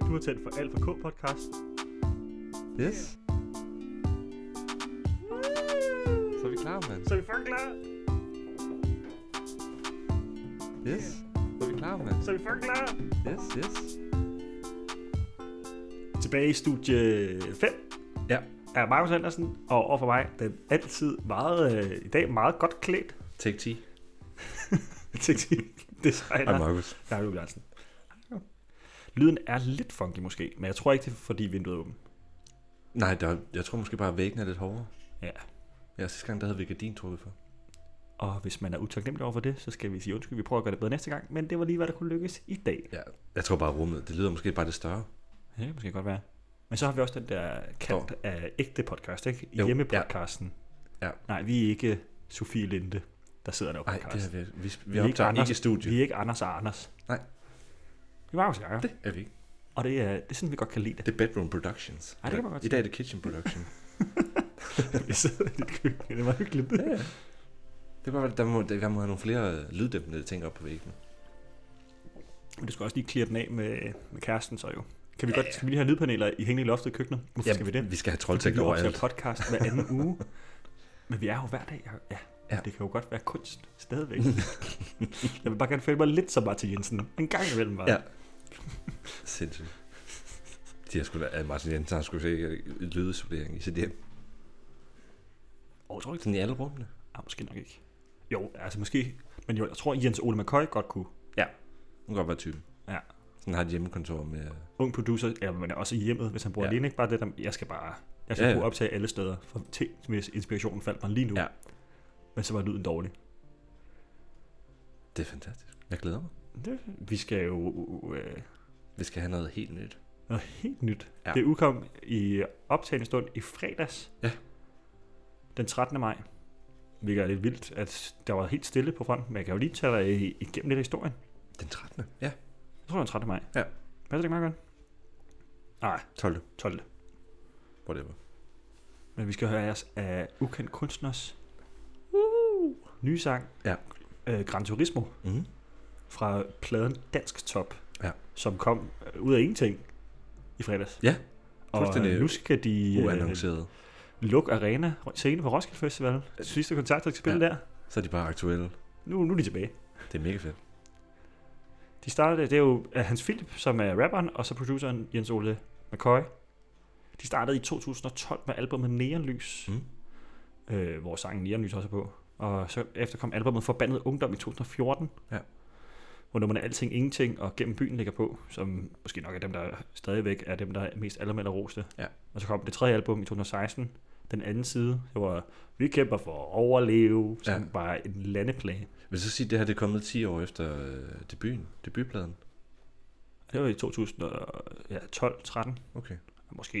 Kulturtelt for Alfa K podcast. Yes. Så er vi klar, mand. Så er vi fucking klar. Yes. Så er vi klar, mand. Så er vi fucking klar. Yes, yes. Tilbage i studie 5 Ja. er Markus Andersen, og overfor mig den altid meget, øh, i dag meget godt klædt Take 10. Hej, tekstildesigneren Markus. Jakob Jørgensen. Lyden er lidt funky måske, men jeg tror ikke, det er fordi vinduet er åbent. Nej, der, jeg tror måske bare, at væggen er lidt hårdere. Ja. Ja, sidste gang, der havde vi gardin trukket for. Og hvis man er utaknemmelig over for det, så skal vi sige undskyld. Vi prøver at gøre det bedre næste gang, men det var lige, hvad der kunne lykkes i dag. Ja, jeg tror bare rummet. Det lyder måske bare lidt større. Ja, det kan måske godt være. Men så har vi også den der kant af ægte podcast, ikke? Jo, Hjemmepodcasten. ja. Ja. Nej, vi er ikke Sofie Linde, der sidder der på Nej, det podcasten. er vi. Vi, vi, Vi er ikke vi optager ikke, Anders. ikke i studiet. Vi er ikke Anders og Anders. Nej. Vi var hos Jacob, Det er vi ikke. og det er, det er sådan, vi godt kan lide det. Det er Bedroom Productions. Ej, det kan man godt I dag er det Kitchen Production. Vi sidder i dit køkken, det var hyggeligt. ja, ja. Det kan godt være, der må, der, der må have nogle flere øh, lyddæmpende ting op på væggen. Men du skal også lige klire den af med, med kæresten så jo. Kan vi ja, godt, skal vi lige have lydpaneler i hængende i loftet i køkkenet? Hvorfor skal vi det? Vi skal have Vi troldtægt kan over optage alt. podcast hver anden uge. Men vi er jo hver dag. Jacob. Ja, ja. Ja. det kan jo godt være kunst stadigvæk. jeg vil bare gerne føle mig lidt som Martin Jensen. En gang imellem bare. Ja. Sindssygt. De har skulle, at Martin Jensen har skulle se lydisolering i sit hjem. Og tror ikke, Sådan i alle rummene. ah, måske nok ikke. Jo, altså måske. Men jo, jeg tror, Jens Ole McCoy godt kunne. Hun kan godt være typen. Ja. Sådan har et hjemmekontor med... øh, Ung producer, ja, men også i hjemmet, hvis han bor ja. Ja. alene. Ikke bare det, der, jeg skal bare jeg skal Ja, ja, ja. kunne optage alle steder. For ting, hvis inspirationen faldt mig lige nu. Ja. Men så var lyden dårlig. Det er fantastisk. Jeg glæder mig. Det, vi skal jo øh, Vi skal have noget helt nyt. Noget helt nyt. Ja. Ja. Det udkom i optagende stund i fredags. Ja. Den 13. maj. Hvilket er lidt vildt, at der var helt stille på fronten. Men jeg kan jo lige tage dig i- igennem lidt af historien. Den 13. Ja, Jeg tror, det var den 13. maj. Ja. Passer det ikke meget godt? Nej, 12. 12. Whatever. Men vi skal høre jeres af ukendt kunstners uh. nye sang. Ja. Øh, Gran Turismo Mm-hmm. fra pladen Dansk Top. Ja. Som kom øh, ud af ingenting i fredags. Ja, og fuldstændig uh, øh, nu skal de øh, Uannonceret. Luk Arena, scene på Roskilde Festival. Sidste koncert, der skal spille ja. der. Så er de bare aktuelle. Nu, nu er de tilbage. Det er mega fedt. De startede, det er jo øh, Hans Philip, som er rapperen, og så produceren Jens Ole McCoy. De startede i 2012 med albumet Neonlys, Mm. øh, hvor sangen Neonlys også er på. Og så efter kom albumet Forbandet Ungdom i 2014. Ja. Hvor nummerne Alting Ingenting og Gennem Byen ligger på, som måske nok er dem, der stadigvæk er dem, der er mest allermælder roste. Ja. Og så kom det tredje album i 2016, Den anden side, det var Vi kæmper for at overleve, som Ja. var en landeplage. Vil du så sige, at det her det er kommet 10 år efter øh, debuten? Debutpladen? Det var i 2012-13. Okay. Måske.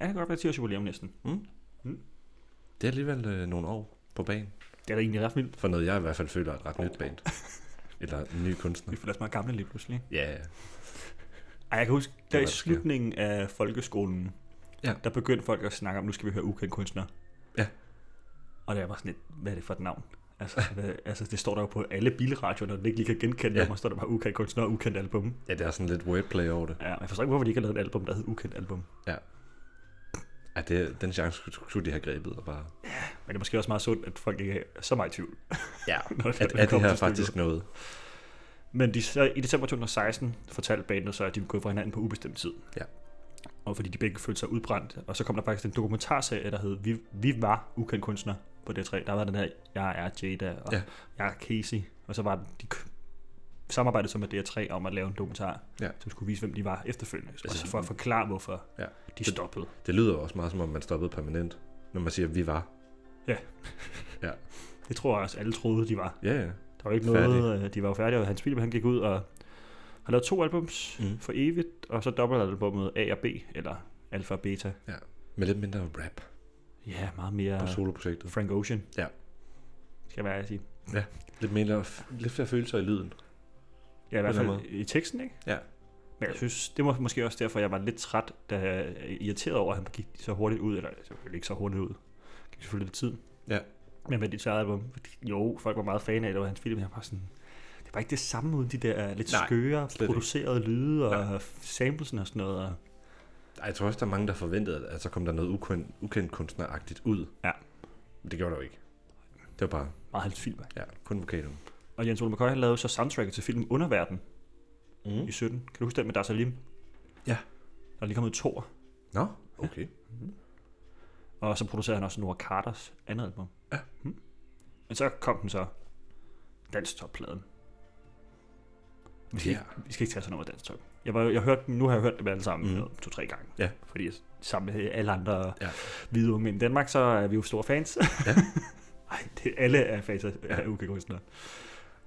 Ja, det kan godt være 10 års jubilæum næsten. Det er alligevel øh, nogle år på banen. Det er da egentlig ret vildt. For noget, jeg i hvert fald føler er et ret nyt band. Eller en ny kunstner. Vi føler os meget gamle lige pludselig. Ja, ja. Ej, jeg kan huske, der hvad i der sker. slutningen af folkeskolen, Ja. der begyndte folk at snakke om, nu skal vi høre ukendte kunstnere. Ja. Og der var sådan lidt, hvad er det for et navn? Altså, hvad, altså det står der jo på alle bilradioer, når du ikke lige kan genkende ja. Ja. dem, og står der bare ukendt kunstner og ukendt album. ja, der er sådan lidt wordplay over det. Ja, men jeg forstår ikke, hvorfor de ikke har lavet et album, der hed ukendt album. Ja, det, den chance skulle, skulle de have grebet og bare... Men det er måske også meget sundt, at folk ikke er så meget i tvivl. Ja, når når at, den at det kommer her til stykket. faktisk noget. Men de, så, i december 2016 fortalte bandet så, at de ville gå fra hinanden på ubestemt tid. Ja. Og fordi de begge følte sig udbrændt. Og så kom der faktisk en dokumentarserie, der hed Vi, vi var ukendt kunstner på D3. Der var den her, jeg er Jada, og ja. Ja. jeg er Casey. Og så var den- de k- samarbejdet så med DR3 om at lave en dokumentar, Ja. som skulle vise, hvem de var efterfølgende. Altså, Altså- for at forklare, hvorfor Ja. de stoppede. Det lyder jo også meget som om, man stoppede permanent, når man siger, vi var. Det tror jeg også, alle troede, de var. Ja, ja. Der var ikke Færdig. noget, øh, de var jo færdige, og Hans Philip han gik ud og har lavet to albums mm. Mm. for evigt, og så dobbeltalbummet A og B, eller Alpha og Beta. Med lidt mindre rap Ja, meget på mere soloprojektet. Frank Ocean. Ja. Skal jeg være ærlig at sige. Lidt, mindre, f- lidt flere følelser i lyden. Ja, i hvert På fald den i teksten, ikke? Ja. Men jeg synes, det var måske også derfor, jeg var lidt træt, da jeg irriteret over, at han gik så hurtigt ud, eller selvfølgelig ikke så hurtigt ud. Det gik selvfølgelig lidt tid. Ja. Men med dit eget album, jo, folk var meget fan af det, og Hans Philip, han var sådan, det var ikke det samme uden de der øh, lidt Nej, Nej, skøre, slet ikke. producerede lyde og Nej. øh, samplesen og sådan noget. Og, Ej, Jeg tror også, der er mange, der forventede, at så kom der noget ukendt, ukendt kunstneragtigt ud. Ja. Men det gjorde der jo ikke. Det var bare, meget hans film. ja, kun vokalen. Og Jens Ole McCoy, han lavede så soundtracket til filmen Underverden Mm. i 17. Kan du huske den med Dar Lim? Ja. Der er lige kommet to. Nå, okay. Og så producerede han også Nora Carters andet album. Ja. Hmm. Men så kom den så. Dansk toppladen. Vi skal, Ja. ja. ikke, vi skal ikke tage sådan noget dansk top. Jeg, var, jeg hørte, dem- nu har jeg hørt dem alle sammen Mhm. mm. to-tre gange. Ja. Fordi jeg- sammen med alle andre Ja. ja. hvide unge mænd i Danmark, så er vi jo store fans. Ja. Ej, det, alle er fans af Ja. ja. UK-kunstnere.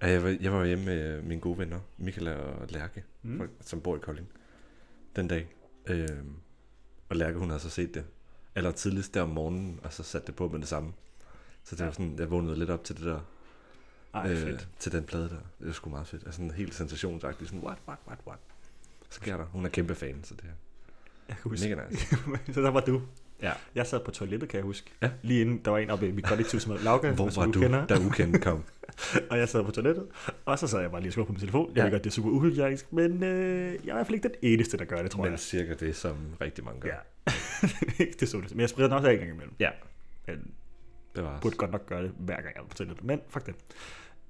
Ej, Jeg var, jeg var hjemme med mine gode venner, Michael og Lærke, mm. Mm. folk, som bor i Kolding, den dag. Øhm, og Lærke, hun havde så set det. Eller tidligst der om morgenen, og så satte det på med det samme. Så det Ja. var sådan, jeg vågnede lidt op til det der, øh, Ej, fedt. til den plade der. Det var sgu meget fedt. Altså sådan helt sensationsagtigt. Sådan, what, what, what, what? Så sker der. Hun er kæmpe fan, så det er Jeg kan huske. mega nice. så der var du. Ja. Jeg sad på toilettet, kan jeg huske. Ja. Lige inden der var en oppe i mit kollektiv, som hed Lauke, Hvor som var du, kender. da ukendt kom? Og jeg sad på toilettet, og så sad jeg bare lige og skrubbede på min telefon. Jeg Ja. ved godt, det er super uhygiejnisk, men øh, jeg er i hvert fald ikke den eneste, der gør det, tror Men jeg. cirka det, som rigtig mange gør. Ja. Ikke det så det. Men jeg spreder den også af en gang imellem. Ja. Men Det var burde godt nok gøre det, hver gang jeg er på toilettet. Men fuck det.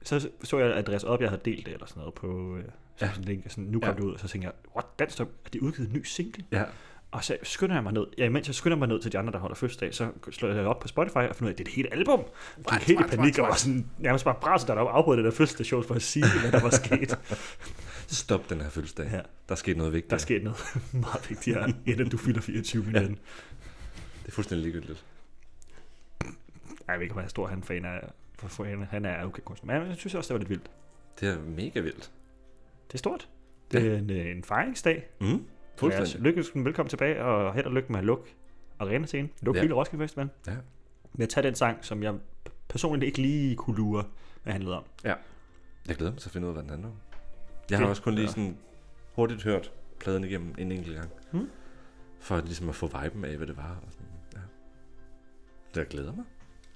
Så så jeg adresse op, jeg havde delt det eller sådan noget på øh, Ja. ja. sådan en link. Sådan, nu kom Ja. ja. det ud, og så tænkte jeg, what, dansk Top, er de udgivet en ny single? Ja, Og så skynder jeg mig ned. Ja, imens jeg skynder mig ned til de andre, der holder fødselsdag, så slår jeg op på Spotify og finder ud af, at det er det hele album. Jeg What, gik helt i what, panik what, og var what? sådan, nærmest bare brænder der deroppe afbrød det der fødselsdagsshow for at sige, hvad der var sket. stop den her fødselsdag. Ja. Der skete noget vigtigt. Der er sket noget meget vigtigere, end at du fylder 24 min Ja. ja. ven. Det er fuldstændig ligegyldigt. Ej, jeg ved ikke, hvor stor han fan er. For for han, han er okay kunstner. Men jeg synes også, det var lidt vildt. Det er mega vildt. Det er stort. Det er en, øh, en fejringsdag. Mm. Lad Fuldstændig. os lykke, velkommen tilbage, og held og lykke med at lukke arena-scenen. Luk Ja. ja. hele Roskilde Festival. Ja. Med at tage den sang, som jeg personligt ikke lige kunne lure, hvad handlede om. Jeg glæder mig til at finde ud af, hvad den handler om. Jeg har Det- også kun lige ja. sådan hurtigt hørt pladen igennem en enkelt gang. Mm. For ligesom at få viben af, hvad det var. Og sådan. Ja. Så Jeg glæder mig.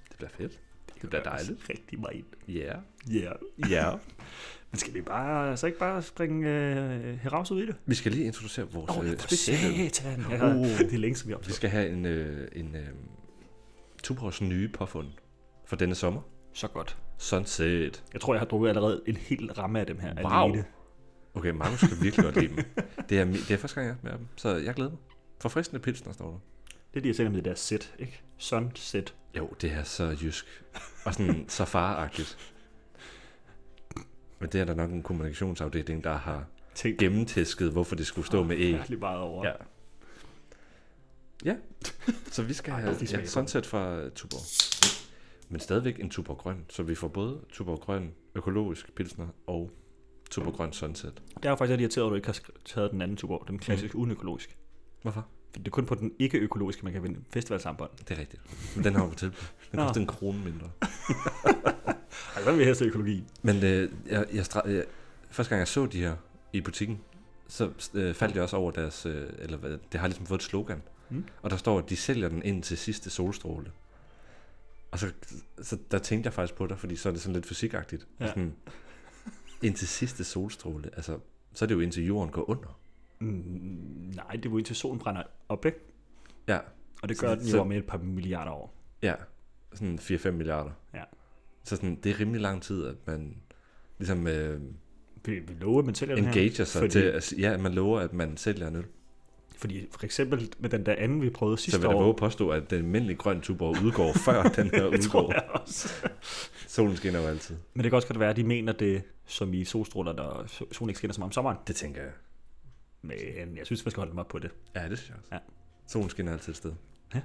Det bliver fedt. Det bliver gør også dejligt. Rigtig meget. Ja. Ja. Yeah. Ja. Men skal vi bare, så ikke bare springe øh, heraus ud i det? Vi skal lige introducere vores Åh, oh, oh, øh, for specielle. satan. Uh. Ja, det er længe, som vi har Vi optaget. skal have en, øh, en øh, Tuborgs nye påfund for denne sommer. Så godt. Sunset. Jeg tror, jeg har drukket allerede en hel ramme af dem her. Wow. Alene. Okay, Magnus kan virkelig godt lide dem. Det er, mi- det er første gang, jeg er med dem, så jeg glæder mig. Forfriskende pilsner står der. Det er de, jeg sælger med det der sæt, ikke? Sådan sæt. Jo, det er så jysk. Og sådan så faragtigt. Men det er der nok en kommunikationsafdeling, der har Tænk gennemtæsket, hvorfor det skulle stå med E. æg. virkelig meget over. Ja. Ja, så vi skal have hvor de smager ja, godt. sunset fra Tuborg. Men stadigvæk en Tuborg Grøn, så vi får både Tuborg Grøn økologisk pilsner og Tuborg Grøn sunset. Det er jo faktisk lidt irriteret, at du ikke har sk- taget den anden tuborg, den klassiske mm. uden økologisk. Hvorfor? For det er kun på den ikke-økologiske, man kan vinde festivalsarmbånd. Det er rigtigt. Men den har jo til. Den Nå. koster en krone mindre. Ej, Altså, hvad vil jeg helst have økologi? Men øh, jeg, jeg, stra- jeg, første gang jeg så de her i butikken, så øh, faldt jeg også over deres, øh, eller hvad, det har ligesom fået et slogan. Mm. Mm. Og der står, at de sælger den ind til sidste solstråle. Og så, så der tænkte jeg faktisk på dig, fordi så er det sådan lidt fysikagtigt. Ja. Ja. Sådan, ind til sidste solstråle, altså så er det jo indtil jorden går under. Mm, nej, det er jo indtil solen brænder op, ikke? Ja, Og det Så- gør den så- jo om et par milliarder år. ja. Sådan 4-5 milliarder. Ja. Så sådan, det er rimelig lang tid, at man ligesom øh, Vi, vi lover, at man sælger den her. engager sig fordi- til, at, s- ja, man lover, at man sælger en øl. Fordi for eksempel med den der anden, vi prøvede Så sidste vil jeg da år. våge at påstå, at den almindelige grøn tuborg udgår før den her det tror udgår. jeg også. Solen skinner jo altid. Men det kan også godt være, at de mener det, som i solstråler, når so- solen ikke skinner så meget om sommeren. Det tænker jeg. Men jeg synes, man skal holde dem op på det. Ja, det synes jeg også. Ja. Solen skinner altid et sted. Ja.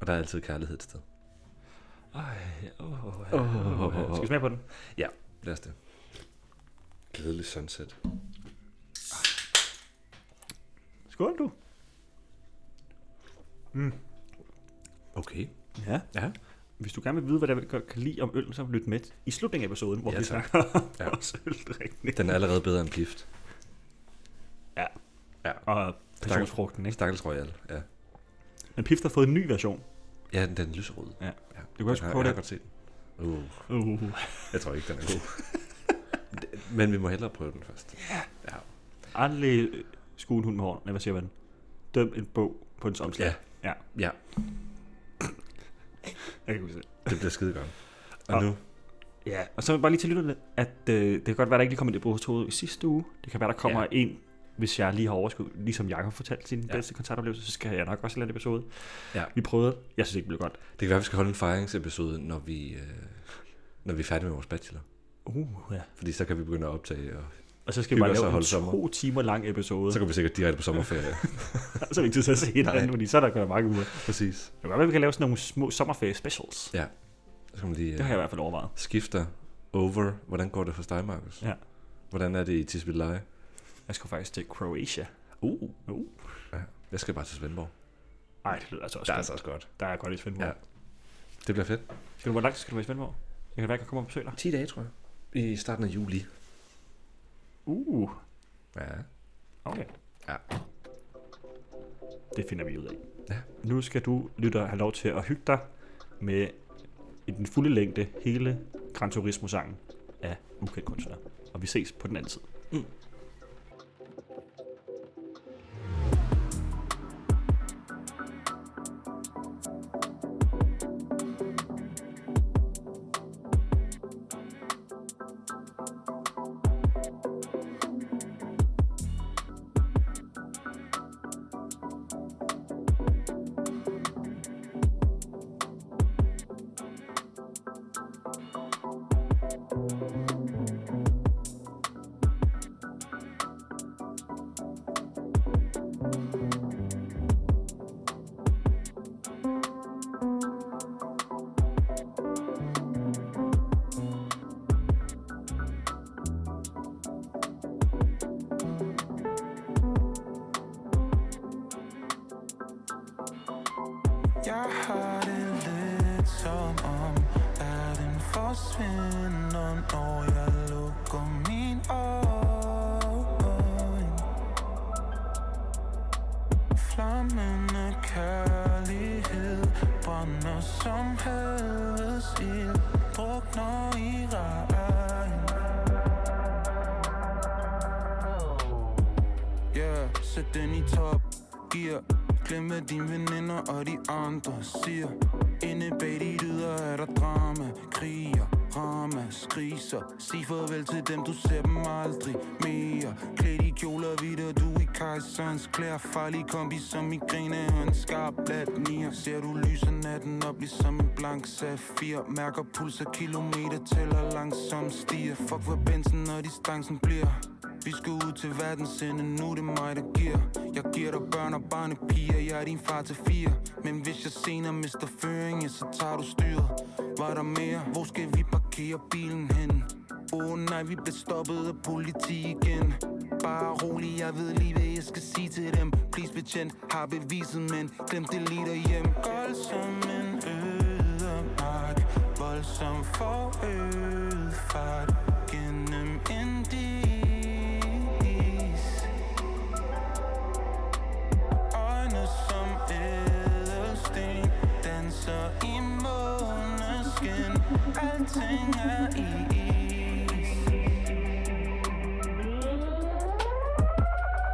Og der er altid kærlighed et sted. Ej, oh, oh, åh, åh, åh. Skal vi smage på den? Lad os det. Glædelig sunset. Skål du. Okay. Ja. Ja. Hvis du gerne vil vide, hvad der kan kan lide om øl, så lyt med i slutningen af episoden, hvor Ja, vi tak. snakker om Ja. ja. vores øldrikning. Den er allerede bedre end gift. Ja. Ja. Og passionsfrugten, ikke? Stakkels Royal. Ja. Men Pift har fået en ny version. Ja, den, den er lyserød. Ja. ja. Du kan også jeg, prøve det. jeg har godt set den. Uh, Uh. jeg tror ikke, den er god. Men vi må hellere prøve den først. Ja. Aldrig øh, skue en hund med hården. Eller hvad siger man? Døm en bog på en omslag. Ja. Ja. Ja, Jeg kan huske det. det bliver skide godt. Og Og- nu, Ja. Og så bare lige til lytterne, at øh, det kan godt være, der ikke lige kommer det på hos i sidste uge. Det kan være, der kommer ja. Ja. en, hvis jeg lige har overskud. Ligesom Jakob fortalte sin ja. Ja. bedste koncertoplevelse, så skal jeg nok også lave en episode. Ja. Vi prøvede. Jeg synes ikke, det blev godt. det kan være, vi skal holde en fejringsepisode, når vi, øh, når vi er færdige med vores bachelor. Uh, ja. Fordi så kan vi begynde at optage, og Og så skal vi Hygge bare os og lave en holde sommer. to timer lang episode. så Så, kan vi sikkert direkte på sommerferie. så er vi ikke tid til at se hinanden, Nej. fordi så er der gået mange uger. Det Præcis. kan godt være, vi kan lave sådan nogle små sommerferie specials. Så kan man lige Det har øh, jeg i hvert fald overvejet. skifter over. Hvordan går det hos dig, Markus? Ja. Hvordan er det i Tisvildeleje? Jeg skulle faktisk til Croatia. Uh. Uh. Ja. Jeg skal bare til Svendborg. Nej, det lyder altså også godt. også godt. Der er godt i Svendborg. Ja. Ja. Det bliver fedt. Skal du, hvor langt skal du være i Svendborg? Jeg kan være, jeg kan komme og besøge dig. 10 dage, tror jeg. I starten af juli. Uh, Ja. okay. Ja. Det finder vi ud af. Ja. Nu skal du, lytter, have lov til at hygge dig med i den fulde længde hele Gran Turismo-sangen af ukendt kunstner. Og vi ses på den anden side. Jeg har det lidt som om Verden forsvinder Når jeg lukker min øjne Flammende kærlighed Brænder som havets ild Drukner i regn Yeah, sæt den i top gear Glemme dine veninder og de andre siger Inde bag de lyder er der drama Kriger, rama, skriser Sig farvel til dem, du ser dem aldrig mere Klæd i kjoler videre, du i kejserens klær Farlig kombi som migræne og en skarp blat nier Ser du lyser natten op ligesom en blank safir Mærker pulser, kilometer tæller langsomt stiger Fuck hvad bensen og distancen bliver vi skal ud til verdens ende, nu er det mig, der giver Jeg giver dig børn og barnepiger, jeg er din far til fire Men hvis jeg senere mister føringen, så tager du styret Var der mere? Hvor skal vi parkere bilen hen? Åh oh, nej, vi bliver stoppet af politi igen Bare rolig, jeg ved lige, hvad jeg skal sige til dem Please betjent, har beviset, men glem det lige derhjemme Gold som en ødemark Voldsom forøget fart Gennem en dis Øjne som ædelsten Danser i måneskin Alting er i is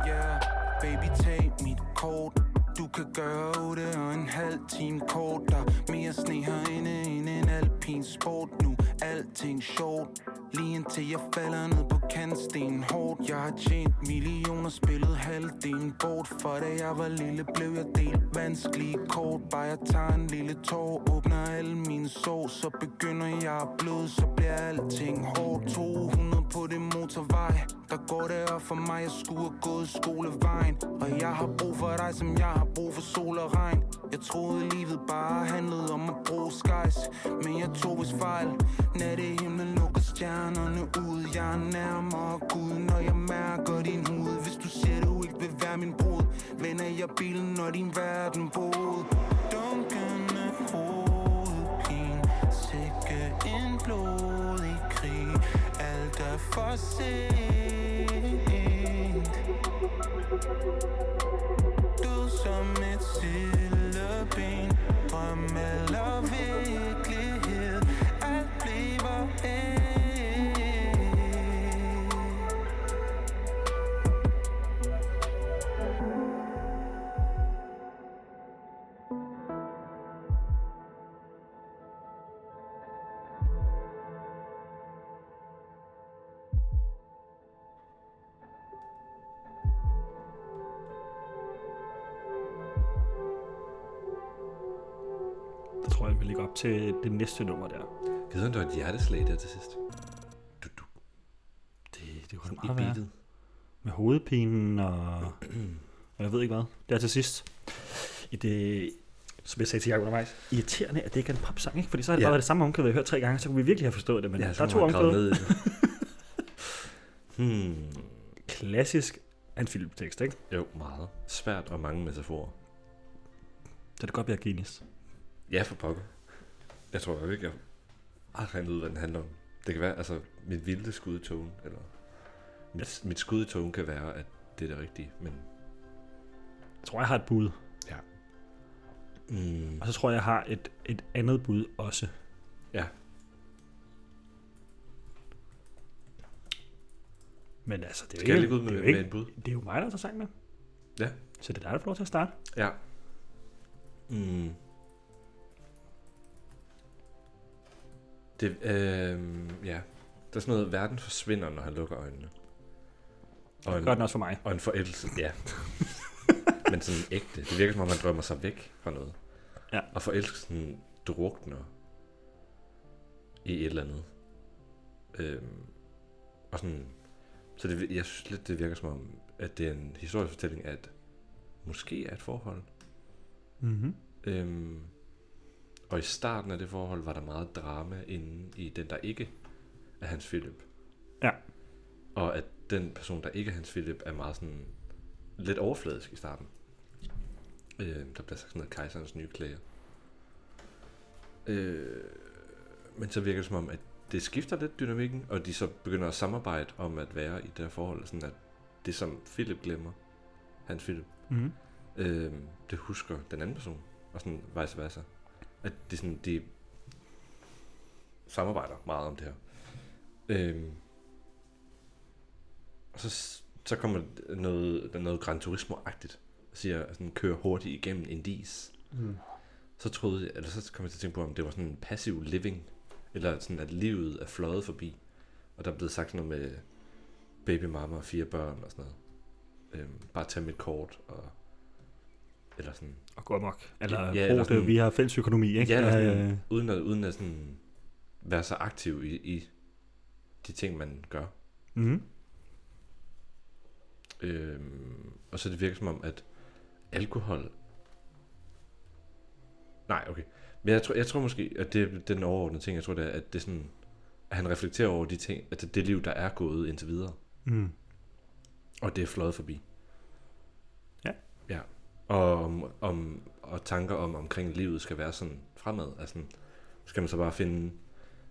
Yeah, baby tag mit kort Du kan gøre det og en halv time kort Der er mere sne herinde end en alpin sport Nu alting sjovt Lige indtil jeg falder ned på kantstenen hårdt Jeg har tjent millioner, spillet halvdelen bort For da jeg var lille, blev jeg delt vanskelige kort Bare jeg tager en lille tår, åbner alle mine sår Så begynder jeg at bløde, så bliver alting hårdt 200 på det motorvej Der går det op for mig, jeg skulle have gået skolevejen Og jeg har brug for dig, som jeg har brug for sol og regn Jeg troede livet bare handlede om at bruge skies Men jeg tog vist fejl Nattehimlen lukker stjernerne ud Jeg er nærmere Gud, når jeg mærker din hud Hvis du siger, du ikke vil være min brud Vender jeg bilen, når din verden brud Dunkende hovedpine Sikke en blodig krig Alt er for sent Død som et sildeben Drøm eller virkelighed Alt bliver et man vil lægge op til det næste nummer der. Jeg ved, om der var et hjerteslag der til sidst. Du, du, Det, det sådan kunne i meget være. beatet. Med hovedpinen og, og jeg ved ikke hvad. Der til sidst. I det, som jeg sagde til Jacob undervejs, irriterende, at det ikke er en popsang, ikke? Fordi så har det Ja. bare været det samme omkvæd, vi har hørt tre gange, så kunne vi virkelig have forstået det. Men ja, Ja, der er så to må man grave omkvæd. ned i det. hmm. Klassisk af en filmtekst, ikke? Jo, meget. Svært og mange metaforer. Så det kan godt være genius. Ja, for pokker. Jeg tror jo ikke, jeg har regnet ud, hvad den handler om. Det kan være, altså, mit vilde skud i togen, eller... Mit, mit skud i togen kan være, at det er det rigtige, men... Jeg tror, jeg har et bud. Mm, Og så tror jeg, jeg har et, et andet bud også. Ja. Men altså, det er skal jeg jo ligge ikke, ud det er med, jo med et ikke, bud? det er jo mig, der tager sang med. Ja. Så det er dig, der får lov til at starte. Ja. Mm. Det, øh, ja. Der er sådan noget, verden forsvinder, når han lukker øjnene. Og en, Gør den også for mig. og en forældelse, ja. Men sådan ægte. Det virker som om, han drømmer sig væk fra noget. Ja. Og forelskelsen drukner i et eller andet. Øhm, og sådan, så det, jeg synes lidt, det virker som om, at det er en historisk fortælling, at måske er et forhold, Mm-hmm. Øhm, og i starten af det forhold var der meget drama inde i den, der ikke er Hans Philip. Ja. Og at den person, der ikke er Hans Philip, er meget sådan lidt overfladisk i starten. Øhm, der bliver sagt sådan noget kejserens nye klæder. Øh, men så virker det som om, at det skifter lidt dynamikken, og de så begynder at samarbejde om at være i det her forhold, sådan at det som Philip glemmer, Hans Philip, Mm-hmm. øh, det husker den anden person, og sådan vice versa. At det er sådan, de samarbejder meget om det her. Øh, og så, s- så kommer d- noget, der er noget Gran Turismo-agtigt, og siger, sådan, kører hurtigt igennem en dis. Mm. Så troede jeg, eller så kom jeg til at tænke på, om det var sådan en passiv living, eller sådan, at livet er fløjet forbi. Og der er blevet sagt sådan noget med baby mama og fire børn og sådan noget. Øhm, bare tag mit kort og... Eller sådan... Og gå amok. Eller Ja, ja, eller eller sådan- vi har fælles økonomi, ikke? Ja, eller sådan, Øh, uden at, uden at sådan være så aktiv i, i de ting, man gør. mhm. Øhm, og så det virker som om, at alkohol... Nej, okay. Men jeg tror, jeg tror måske, at det er den overordnede ting, jeg tror, det er, at det er sådan, at han reflekterer over de ting, at det liv, der er gået indtil videre, Mm. og det er fløjet forbi. Ja. Ja. Og, om, om, og tanker om, omkring livet skal være sådan fremad. Altså, sådan, skal man så bare finde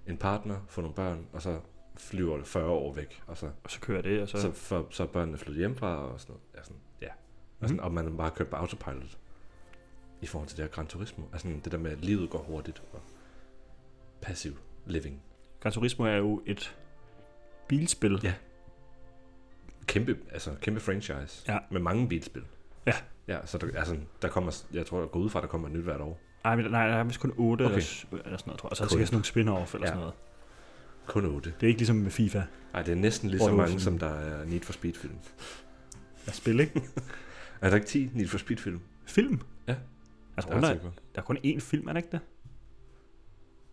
en partner, få nogle børn, og så flyver det 40 år væk, og så Og så kører det, og så... så, for, så er børnene flyttet hjemmefra og sådan noget. Ja, sådan, ja. Og, Mhm. sådan, og man er bare kørt på autopilot i forhold til det her Gran Turismo. Altså sådan det der med, at livet går hurtigt og passiv living. Gran Turismo er jo et bilspil. Ja. Kæmpe, altså, kæmpe franchise Ja. med mange bilspil. Ja. Ja, så der, altså, der kommer, jeg tror, jeg går ud fra, at der kommer et nyt hvert år. Ej, men, nej, der er vist kun 8 okay. Okay. eller, s- eller sådan noget, tror jeg. Så er der Kun. sikkert sådan nogle spin-off eller ja. Ja. sådan noget. Kun otte. Det er ikke ligesom med FIFA. Ej, det er næsten lige Hvor så er det mange, sådan- som der er Need for Speed-film. At spille, ikke? Er der ikke 10 Need for Speed-film? Film? Ja. Altså, Jeg er under, sikker på. der er kun én film, er det ikke det?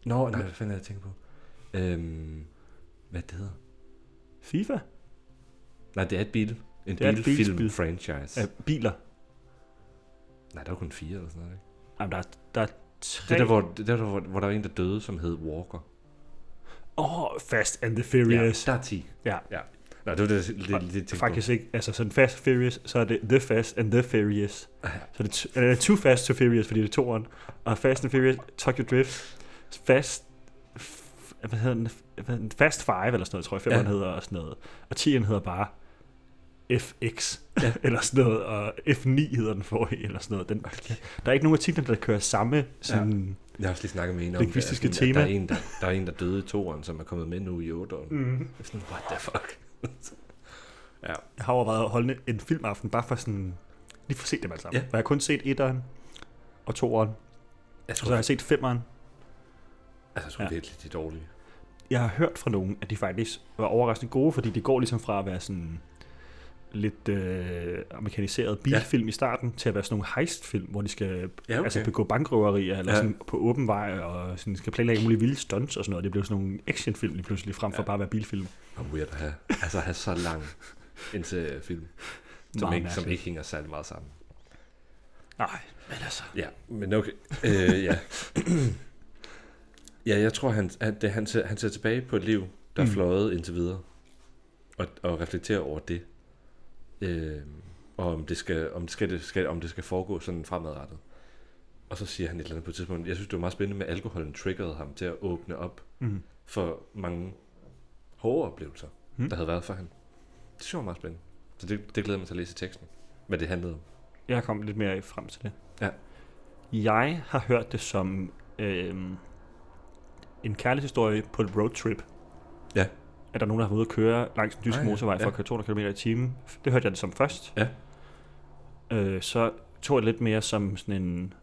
Nå, nej, hvad fanden er det, jeg tænker på? Øhm, hvad det hedder? FIFA? Nej, det er et bil. En Det er et bilspil. bilfilm-franchise. Ja, biler. Nej, der var kun fire eller sådan noget, ikke? Ej, men der er, der er tre... Det der, hvor, det der, hvor, hvor der var en, der døde, som hed Walker. Åh, oh, Fast and the Furious. Ja, der er ti. Ja. ja. Nej, det var det, det, det, det jeg Ja, tænkte Faktisk ikke. Altså, sådan Fast Furious, så er det The Fast and the Furious. På. Så det er t- eller Too Fast, Too Furious, fordi det er toeren. Og Fast and Furious, Tokyo Drift, Fast... F- hvad hedder den? F- Hvad hedder den? Fast Five eller sådan noget, tror jeg. Femeren Ja. hedder og sådan noget. Og 10'en hedder bare FX eller sådan noget. Og F9 hedder den forrige eller sådan noget. Den, Okay. der er ikke nogen af titlerne, der kører samme sådan... Jeg har også lige snakket med en om, Lingvistiske at, sådan, at der, tema. er en, der, der er en, der døde i toeren, som er kommet med nu i otteren. Ja. Mm. Mm. Sådan, what the fuck? ja. Jeg har overvejet at holde en filmaften bare for sådan... Lige for at se dem alle sammen. Ja. Ja. Og jeg har kun set etteren og toeren. Jeg Og tror, så har jeg set femeren. altså, jeg tror Ja. virkelig, de er dårlige. jeg har hørt fra nogen, at de faktisk var overraskende gode, fordi det går ligesom fra at være sådan lidt øh, amerikaniseret bilfilm ja. i starten til at være sådan nogle heistfilm, hvor de skal Ja, okay. altså begå bankrøverier eller Ja. ja. sådan på åben vej og sådan skal planlægge alle mulige vilde stunts og sådan noget. Det blev sådan nogle actionfilm lige pludselig frem for Ja. bare at være bilfilm. Og weird at have. Altså at have så lang en seriefilm, som Meget ikke, som mærkeligt. ikke hænger særlig meget sammen. Nej, men altså. Ja, men okay. Øh, ja. ja, jeg tror, han, han, det, han, ser, han ser tilbage på et liv, der er Mm. fløjet indtil videre. Og, og reflekterer over det. Øh, og om det, skal, om, det skal, det skal, om det skal foregå sådan fremadrettet. Og så siger han et eller andet på et tidspunkt, jeg synes, det var meget spændende med, at alkoholen triggerede ham til at åbne op Mm. for mange hårde oplevelser, Mm. mm. der havde været for ham. Det synes jeg var meget spændende. Så det, det glæder jeg mig til at læse i teksten. Hvad det handlede om. Jeg kom lidt mere frem til det. Ja. Jeg har hørt det som øh, en kærlighedshistorie på et roadtrip. Ja. At der er nogen, der har været ude at køre langs en dysk Ah, ah, ja, motorvej for ja. at køre 200 km i timen. Det hørte jeg det som først. Ja. Øh, så tog jeg det lidt mere som sådan en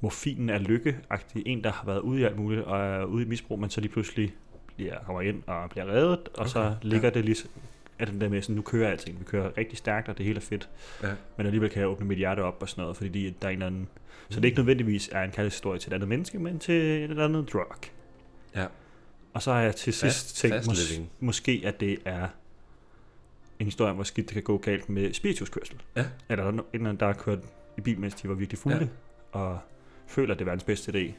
morfinen er lykke -agtig. En, der har været ude i alt muligt og er ude i et misbrug, men så lige pludselig bliver, kommer ind og bliver reddet. Og okay, så Okay, ja. ligger ja. det lige er den der med, sådan, nu kører alting. Vi kører rigtig stærkt, og det hele er fedt Ja. men alligevel kan jeg åbne mit hjerte op og sådan noget, fordi de, der er en eller anden... Så det er ikke nødvendigvis er en kærlighedshistorie til et andet menneske, men til et eller andet drug. Ja. Og så har jeg til sidst Fast- tænkt, mås- fastliving. måske at det er en historie, om, hvor skidt det kan gå galt med spirituskørsel. Ja. Eller der er no- en eller anden, der har kørt i bil, mens de var virkelig fulde, ja. og føler, at det er verdens bedste idé,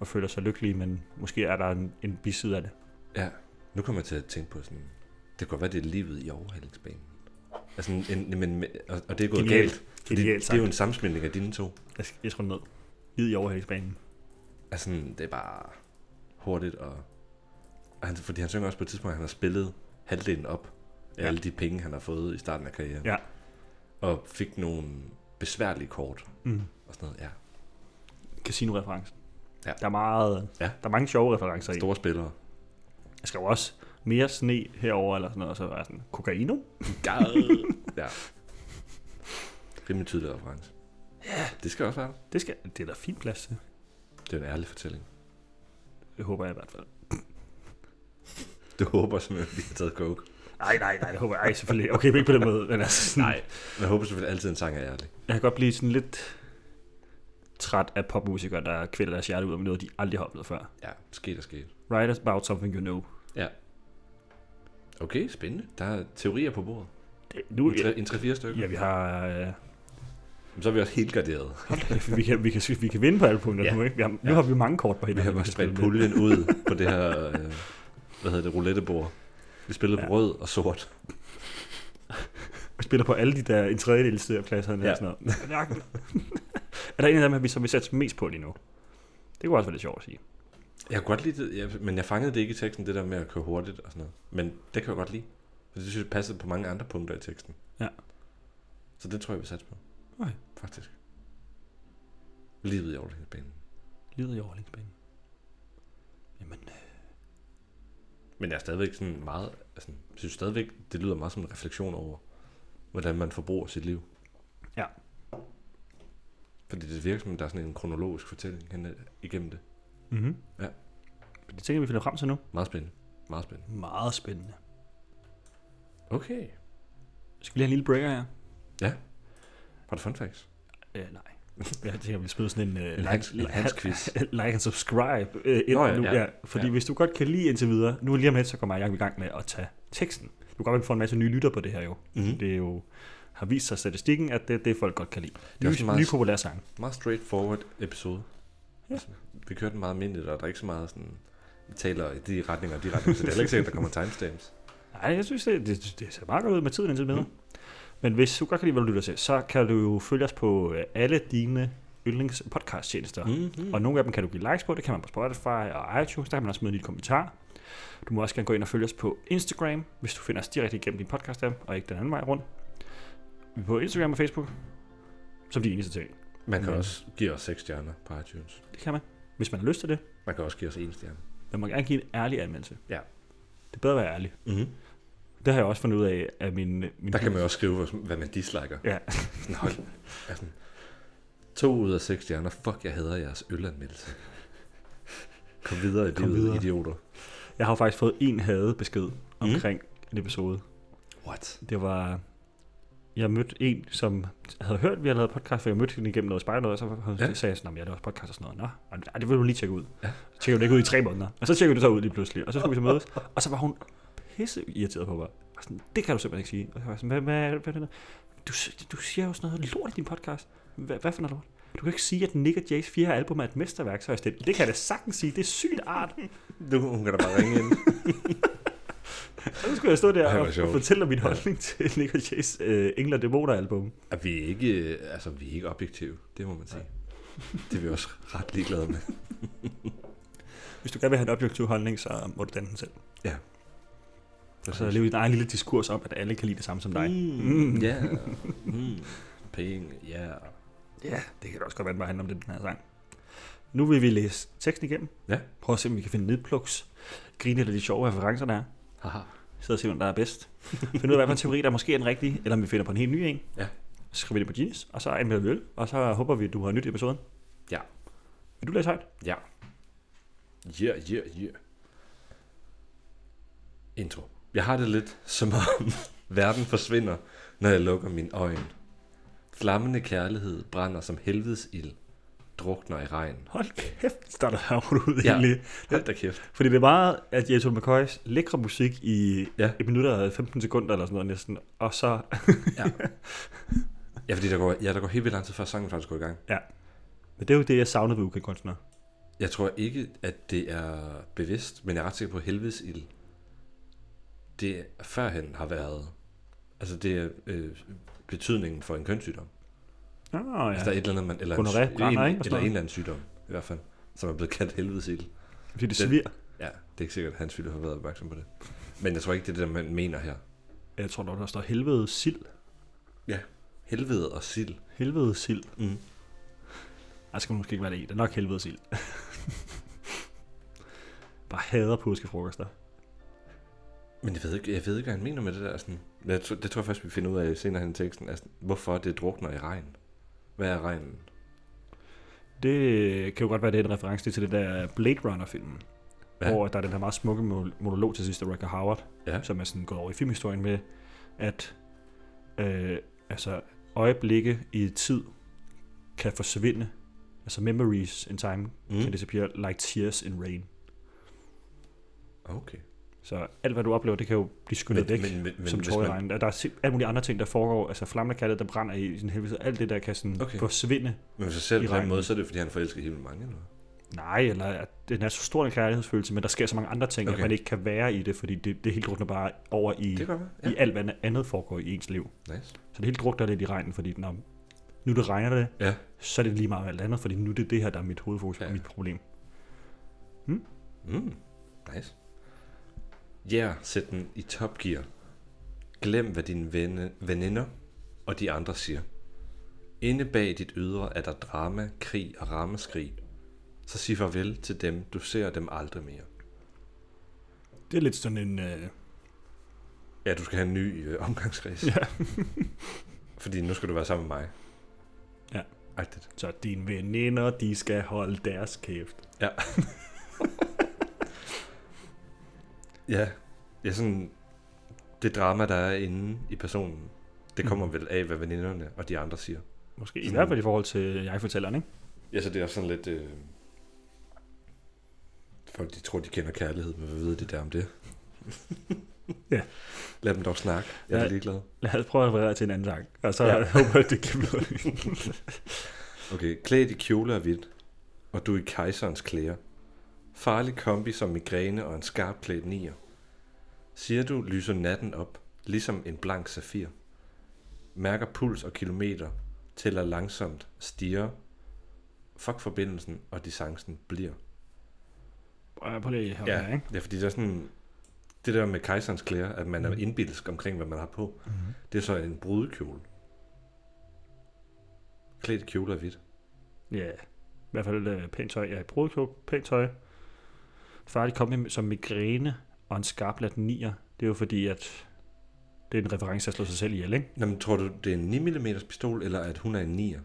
og føler sig lykkelig, men måske er der en, en biside af det. Ja, nu kommer jeg til at tænke på sådan, det kan godt være, det er livet i overhalingsbanen. Altså, en, en, men, men- og, og det er gået Genialt. genialt, galt. Fordi Genialt det er jo sagt. en sammensmeltning af dine to. Jeg, jeg tror ned. Hvid i overhældsbanen. Altså, sådan, det er bare hurtigt. Og, og han, fordi han synger også på et tidspunkt, at han har spillet halvdelen op af Ja. alle de penge, han har fået i starten af karrieren. Ja. Og fik nogle besværlige kort Mm. og sådan noget. Ja, Casino-referencen. Ja. Der, er meget, Ja. ja. der er mange sjove referencer i. store spillere. Jeg skrev også mere sne herover eller sådan noget, og så var jeg sådan, kokaino? Ja. ja. Rimelig tydelig reference. Ja. Det skal også være der. Det, skal, det er der fint plads til. Det er en ærlig fortælling. Det håber jeg i hvert fald. Du håber simpelthen, at vi har taget coke. Nej, nej, nej, det håber jeg. Ej, selvfølgelig. Okay, men ikke på den måde. Men altså, sådan, Nej, jeg håber selvfølgelig altid, en sang er ærlig. Jeg kan godt blive sådan lidt træt af popmusikere, der kvæler deres hjerte ud om noget, de aldrig har oplevet før. Ja, sket er sket. Write about something you know. Okay, spændende. Der er teorier på bordet. Det, nu, En tre- En 3-4 stykker. ja, vi har... Øh, Men Så er vi også helt garderet. hold da kæft, vi, kan, vi, kan, vi kan vinde på alle punkter Ja. ja. nu, ikke? Vi har, nu Ja. har vi mange kort på Vi hinanden. har bare kan spredt spille med. puljen ud på det her, øh, hvad hedder det, roulettebord. Vi spillede på Ja. rød og sort. Vi spiller på alle de der en tredjedel stederpladser ja. Ja. og sådan noget. Nøkken. er der en af dem, vi- som vi satser mest på lige nu? Det kunne også være lidt sjovt at sige. Jeg kunne godt lide det, ja, men jeg fangede det ikke i teksten, det der med at køre hurtigt og sådan noget. Men det kan jeg godt lide. For det synes jeg passede på mange andre punkter i teksten. Ja. Så det tror jeg, vi satte på. Okay. Faktisk. Livet i overlægningsbanen. Livet i overlængsbanen. Jamen, øh, Men jeg er stadigvæk sådan meget, altså, jeg synes stadigvæk, det lyder meget som en refleksion over, hvordan man forbruger sit liv. Ja. Fordi det virker som, om der er sådan en kronologisk fortælling hen igennem det. mm-hmm. Ja. Det tænker jeg, vi finder frem til nu. Meget spændende. Meget spændende. Meget spændende. Okay. Skal vi lige have en lille breaker her? Har du fun facts? Øh, nej. Jeg tænker, vi spiller sådan en, øh, En hans- en hans-quiz. like and subscribe øh, ind Nå, Nå ja, ja, nu. ja. Ja. Ja, fordi Ja. ja. hvis du godt kan lide indtil videre, nu lige om lidt, så kommer jeg i gang med at tage teksten. Du kan godt være, vi får en masse nye lytter på det her jo. Mm-hmm. Det er jo har vist sig i statistikken, at det er det, folk godt kan lide. er Nye, også meget- nye populære sange. Meget straightforward episode. Ja. Altså, vi kører den meget almindeligt, og der er ikke så meget sådan... Vi taler i de retninger og de retninger, så det er heller ikke sikkert, der kommer timestamps. Nej, jeg synes, det, det, det ser meget godt ud med tiden indtil videre. Mm. Men hvis du godt kan lide, hvad du lytter til, så kan du jo følge os på øh, alle dine yndlings podcasttjenester. Mm. Mm-hmm. Og nogle af dem kan du give likes på, det kan man på Spotify og iTunes, der kan man også smide en lille kommentar. Du må også gerne gå ind og følge os på Instagram, hvis du finder os direkte igennem din podcast app og ikke den anden vej rundt. Vi er på Instagram og Facebook, som de eneste ting. Man kan Men- også give os seks stjerner på iTunes. Det kan man, hvis man har lyst til det. Man kan også give os en stjerne. Men man må gerne give en ærlig anmeldelse. Ja. Det er bedre at være ærlig. Mm-hmm. Det har jeg også fundet ud af, af min, min Der kan man jo også skrive, hvor- hvad man disliker. Ja. Sådan, hold, altså, to ud af seks stjerner. Fuck, jeg hader jeres ølanmeldelse. Kom videre i Kom livet, videre. idioter. Mhm. Jeg har jo faktisk fået en hadebesked omkring mm. en episode. What? Det var jeg mødte en, som havde hørt, at vi havde lavet podcast, for jeg mødte hende igennem noget spejl, og så Ja. ja. sagde jeg sådan, "Nå, men jeg laver også podcast og sådan noget. Nå, ej, men- ej, det vil du lige tjekke ud. Ja. Ja. Så tjekker hun ikke ud i tre måneder. Og så tjekker du så ud lige pludselig, og så skulle vi så mødes. Og så var hun pisse irriteret på mig. Og sådan, det kan du simpelthen ikke sige. Og jeg var sådan, hvad, hvad, hvad, hvad er det der? du, s- du siger jo sådan noget lort i din podcast. Hvad, hvad for noget lort? Du kan ikke sige, at Nick og Jays fjerde album er et mesterværk, så er jeg sådan, Det kan jeg da sagtens sige. Det er sygt art. Nu, hun kan da bare ringe ind. Og så skulle jeg stå der Ej, og, hvor og sjovt. fortælle om min Ja. holdning til Nick og Jays øh, Engler Dæmoner album. At vi er ikke, øh, altså, vi er ikke objektive, det må man sige. Det er vi også ret ligeglade med. Hvis du gerne vil have en objektiv holdning, så må du danne den selv. Og så Præcis. leve i din egen lille diskurs om, at alle kan lide det samme som dig. Mm, ja. Mm, penge, ja. Ja, det kan da også godt være, at det bare handler om det, den her sang. Nu vil vi læse teksten igennem. Ja. Prøv at se, om vi kan finde nedpluks. Grine lidt af de sjove referencer, der er. Haha. Så og se, hvem der er bedst. Find ud af, hvad for en teori, der måske er den rigtige, eller om vi finder på en helt ny en. Ja. Så skriver vi det på Genius, og så anmelder vi øl, og så håber vi, at du har nyt i episoden. Ja. Vil du læse højt? Ja. Ja, ja, ja. Intro. Jeg har det lidt som om verden forsvinder, når jeg lukker mine øjne. Flammende kærlighed brænder som helvedes ild. Drukner i regn. Hold kæft, starter her ud Ja. egentlig. Hold da kæft. Fordi det er meget, at Jason McCoys lækre musik i Ja. ja. et minut og 15 sekunder eller sådan noget næsten, og så Ja, fordi der går, ja, der går helt vildt lang tid, før sangen faktisk går i gang. Men det er jo det, jeg savnede ved ukendte kunstnere. Jeg tror ikke, at det er bevidst, men jeg er ret sikker på, at helvedes ild, det førhen har været, altså det er øh, betydningen for en kønssygdom. Åh, Ja. Altså der er et eller andet, man, eller, Gonorrhé, en, brænder, ikke? en, Og sådan eller en noget. eller anden sygdom, i hvert fald, som er blevet kaldt helvedes ild. Fordi det Altså, den- svir. Ja, det er ikke sikkert, at Hans ville have været opmærksom på det. Men jeg tror ikke, det er det, man mener her. Jeg tror nok, der står helvede sild. Helvede og sild. Helvede sild. Mm. Ej, skal man måske ikke være det i. Det er nok helvede sild. Bare hader påskefrokoster. Men jeg ved, ikke, jeg ved ikke, hvad han mener med det der. Sådan. Men Jeg tror, det tror jeg først, vi finder ud af senere hen i teksten. Altså, hvorfor det drukner i regn. Hvad er regnen? Det kan jo godt være, det er en reference til det der Blade Runner-filmen. Ja. Ja. Hvor der er den der meget smukke mo- monolog til sidst af Rebecca Howard, Ja. som er sådan gået over i filmhistorien med, at øh, altså, øjeblikke i tid kan forsvinde. Altså memories in time mm. can disappear like tears in rain. Ah, Okay. Så alt, hvad du oplever, det kan jo blive skyllet væk men, men, som hvis tårer i man- regnen. Og der er sim- alle mulige andre ting, der foregår. Altså flammende kaldet, der brænder i sin helvede. Alt det, der kan sådan Okay. okay. forsvinde. Men hvis jeg selv i på den regnen. måde, så er det fordi, han forelsker helt vildt mange, eller hvad? Nej, eller at den er så stor en kærlighedsfølelse, men der sker så mange andre ting, okay. Okay. at man ikke kan være i det, fordi det, det hele drukner bare over i, Det det gør man. ja. Ja. i alt, hvad andet foregår i ens liv. Nice. Så det hele drukner lidt i regnen, fordi når nu det regner det, Ja. så er det lige meget med alt andet, fordi nu er det det her, der er mit hovedfokus ja. Ja. og mit problem. Mm. Nice. Ja, yeah, sæt den i topgear. Glem, hvad dine venne, veninder og de andre siger. Inde bag dit ydre er der drama, krig og rammeskrig. Så sig farvel til dem, du ser dem aldrig mere. Det er lidt sådan en... Øh, Ja, du skal have en ny øh, omgangskreds. Ja. Fordi nu skal du være sammen med mig. Ja. Agtigt. så dine veninder, de skal holde deres kæft. Ja. Ja, sådan... Det drama, der er inde i personen, det kommer vel af, hvad veninderne og de andre siger. Måske i Sådan- hvert fald i forhold til jeg fortæller, ikke? Ja, så det er også sådan lidt... Øh... Folk, de tror, de kender kærlighed, men hvad ved de der om det? Ja. Lad dem dog snakke. Jeg er Ja. ja. ligeglad. Lad os prøve at referere til en anden sang, og så Ja. ja. håber jeg, at det kan blive... Okay, klæd i kjole og hvidt, og du er i kejserens klæder. Farlig kombi som migræne og en skarp klædt nier. Siger du, lyser natten op, ligesom en blank safir. Mærker puls og kilometer, tæller langsomt, stiger. Fuck forbindelsen, og distancen bliver. Prøv prøv lige her, Ja, ja. ikke? ja, fordi der er sådan... Det der med kejserens klæder, at man er Mhm. indbilsk omkring, hvad man har på, Mm-hmm. det er så en brudekjole. Klædt i kjole og hvidt. Ja, i hvert fald øh, pænt tøj. Ja, brudekjole, pænt tøj. Farligt kom med som migræne og en skarplat nier. Det er jo fordi, at det er en reference, der slår sig selv ihjel, ikke? Nå, men tror du, det er en 9 mm pistol, eller at hun er en 9'er?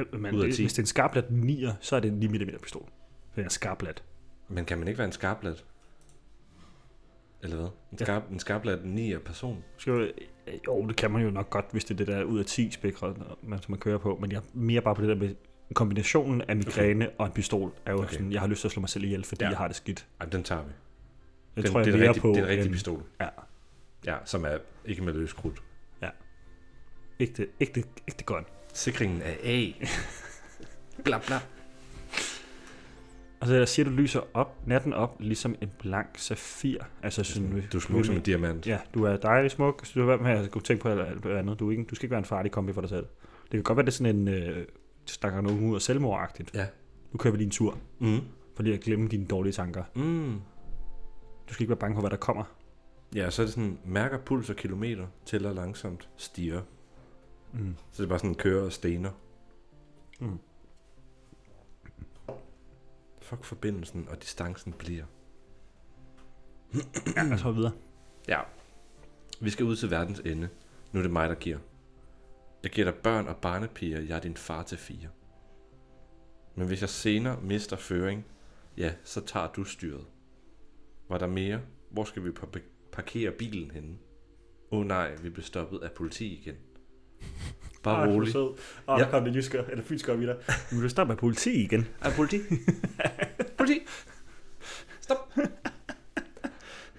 Øh, Men Ud af det, ti. hvis det er en skarplat nier, så er det en 9 mm pistol. Det er en skarplat. Men kan man ikke være en skarplat? Eller hvad? En skarp, ja. en skarplat 9 person. Skal vi, øh, jo, det kan man jo nok godt, hvis det er det der ud af 10 spækre, man, som man kører på. Men jeg er mere bare på det der med kombinationen af migræne okay. og en pistol. Er jo Okay. okay. sådan, jeg har lyst til at slå mig selv ihjel, fordi Ja. ja. jeg har det skidt. Ej, den tager vi. Det den, tror jeg det er mere rigtig, på. Det er en rigtig end- pistol. Ja, Ja, som er ikke med løs krudt. ægte, ægte, ægte gun. Sikringen er A. bla bla. Og så der Altså, siger, du lyser op, natten op, ligesom en blank safir. Altså sådan, Du er smuk som en diamant. Ja, du er dejlig smuk, så du er være med at kunne tænke på alt- alt andet. Du, er ikke, du skal ikke være en farlig kombi for dig selv. Det kan godt være, det er sådan en øh, stakker nogen ud og selvmordagtigt. Ja. Nu kører vi din tur, Mm. for lige at glemme dine dårlige tanker. Mm. Du skal ikke være bange for, hvad der kommer. Ja, så er det sådan, mærker puls og kilometer, tæller langsomt, stiger. Mm. Så det er bare sådan, kører og stener. Mm. Fuck forbindelsen, og distancen bliver. Ja, lad os hoppe videre. Ja. Vi skal ud til verdens ende. Nu er det mig, der giver. Jeg giver dig børn og barnepiger. Jeg er din far til fire. Men hvis jeg senere mister føring, ja, så tager du styret. Var der mere? Hvor skal vi pa- parkere bilen henne? Åh oh, nej, vi blev stoppet af politi igen. Bare rolig. Og der Ja. kom det jyske, eller fynske op i dig. Nu vil du stoppe af politi igen. Er politi? politi! Stop!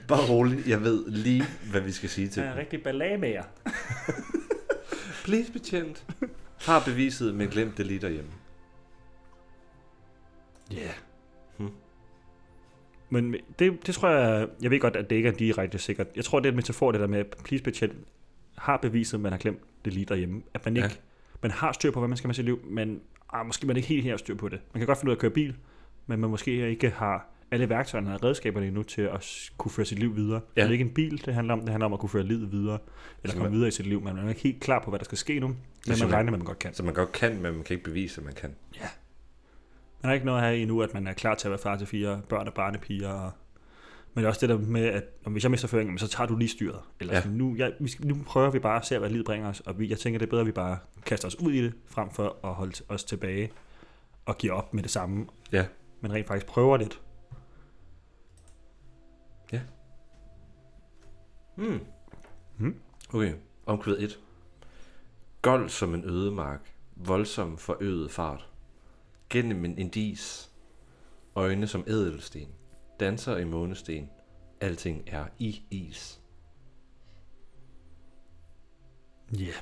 Bare rolig. Jeg ved lige, hvad vi skal sige til Det er dem. en rigtig ballagemager. Please betjent. Har beviset, men glem det lige derhjemme. Ja. Yeah. Hmm. Hmm. Men det, det tror jeg, jeg ved godt, at det ikke er direkte sikkert. Jeg tror, det er en metafor, det der med, at please betjent har beviset, man har glemt det lige derhjemme. At man Ja. ikke, ja. man har styr på, hvad man skal med sit liv, men ah, måske man ikke helt her styr på det. Man kan godt finde ud af at køre bil, men man måske ikke har alle værktøjerne og redskaberne endnu til at s- kunne føre sit liv videre. Ja. Ja. Det er ikke en bil, det handler om. Det handler om at kunne føre livet videre, eller Så komme man- videre i sit liv. Man er ikke helt klar på, hvad der skal ske nu, men så man man- regner med, at man godt kan. Så man godt kan, men man kan ikke bevise, at man kan. Man har ikke noget her endnu, at man er klar til at være far til fire børn og barnepiger. Og... Men det er også det der med, at om hvis jeg mister føringen, jamen, så tager du lige styret. Eller Ja. ja. sådan, nu, jeg, vi skal, nu prøver vi bare at se, hvad livet bringer os. Og vi, jeg tænker, det er bedre, at vi bare kaster os ud i det, frem for at holde t- os tilbage og give op med det samme. Ja. Men rent faktisk prøver lidt. Mm. Mm. Okay, omkvæd 1. Gold som en ødemark, voldsom forøget fart. Gennem en indis, øjne som ædelsten, danser i månesten, alting er i is. Ja. Yeah.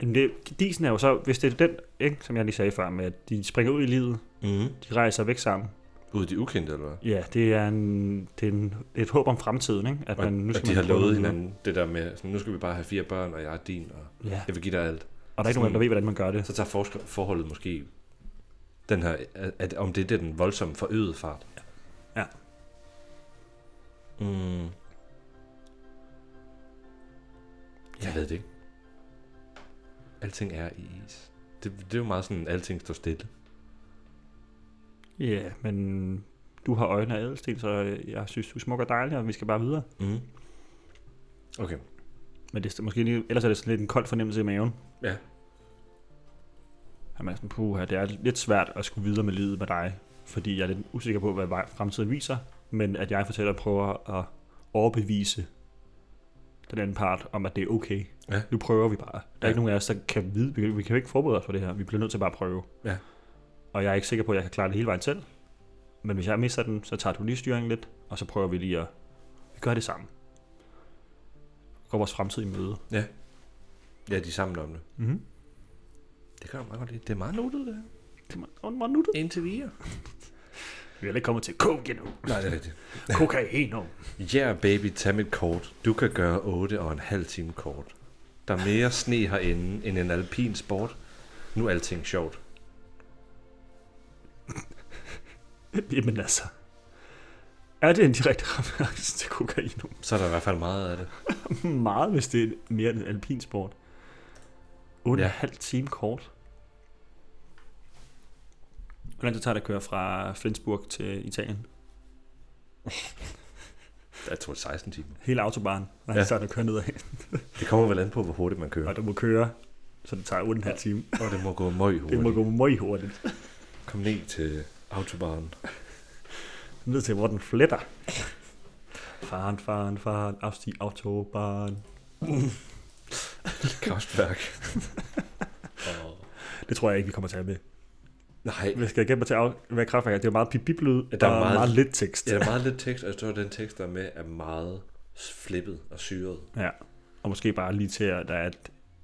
Jamen det, disen er jo så, hvis det er den, ikke, som jeg lige sagde før, med at de springer ud i livet, Mm. de rejser væk sammen, Ude i det ukendte, eller hvad? Ja, det er, en, det er en, et håb om fremtiden, ikke? At Og, man, nu skal og de man har prøve lovet noget nyt. hinanden det der med, sådan, nu skal vi bare have fire børn, og jeg er din, og Ja, jeg vil give dig alt. og der er ikke nogen, der ved, hvordan man gør det. Så tager forsk- forholdet måske den her, at, at om det, det er den voldsomme forøgede fart. Ja. Mm. Jeg Ja. ved det ikke. Alting er i is. Det, det er jo meget sådan, at alting står stille. Ja, men du har øjne af ædelsten, så jeg synes, du er smuk og dejlig, og vi skal bare videre. Mm. Okay. Men det er måske lige, ellers er det sådan lidt en kold fornemmelse i maven. Ja. At man er sådan, puha, det er lidt svært at skulle videre med livet med dig, fordi jeg er lidt usikker på, hvad vej fremtiden viser, men at jeg fortæller og prøver at overbevise den anden part om, at det er okay. Ja. Nu prøver vi bare. Der er Ja. ja. ikke nogen af os, der kan vide, vi, vi kan jo ikke forberede os for det her. Vi bliver nødt til bare at prøve. Ja. Og jeg er ikke sikker på, at jeg kan klare det hele vejen selv. Men hvis jeg mister den, så tager du lige styringen lidt, og så prøver vi lige at vi gør det sammen. Vi går vores fremtid i møde. Ja, de er sammen om det. Mm-hmm. Det kan jeg meget godt lide. Det er meget notet, det her. Hvor nu det? Indtil videre. Vi er ikke kommet til coke endnu. Nej, det er rigtigt. Kokain og Yeah baby, tag mit kort. Du kan gøre 8 og en halv time kort. Der er mere sne herinde end en alpin sport. Nu er alting sjovt. Jamen altså. Er det en direkte reference til kokain? Så er der i hvert fald meget af det. Meget, hvis det er mere end alpin sport. 8,5 Ja. ja. time kort. Hvor lang tid tager det at køre fra Flensburg til Italien? Jeg tror det er 16 timer. Hele autobahn. Hvor lang Ja. tid tager det at køre nedad? Det kommer vel an på, hvor hurtigt man kører. Og du må køre, så det tager 8,5 time. Og det må gå møg hurtigt. Det må gå meget hurtigt. Kom ned til autobahn. ned til, hvor den fletter. Faren, faren, faren, afstig autobahn. Kraftværk. og... Det tror jeg ikke, vi kommer til at have med. Nej, Vi skal igennem til at af- hvad kraftværk er. Det er jo meget pip-pip-lyd, Ja, der der er og meget... meget- meget lidt tekst. ja, der er meget lidt tekst, og jeg tror, at den tekst, der er med, er meget flippet og syret. ja. Og måske bare lige til, at der er et,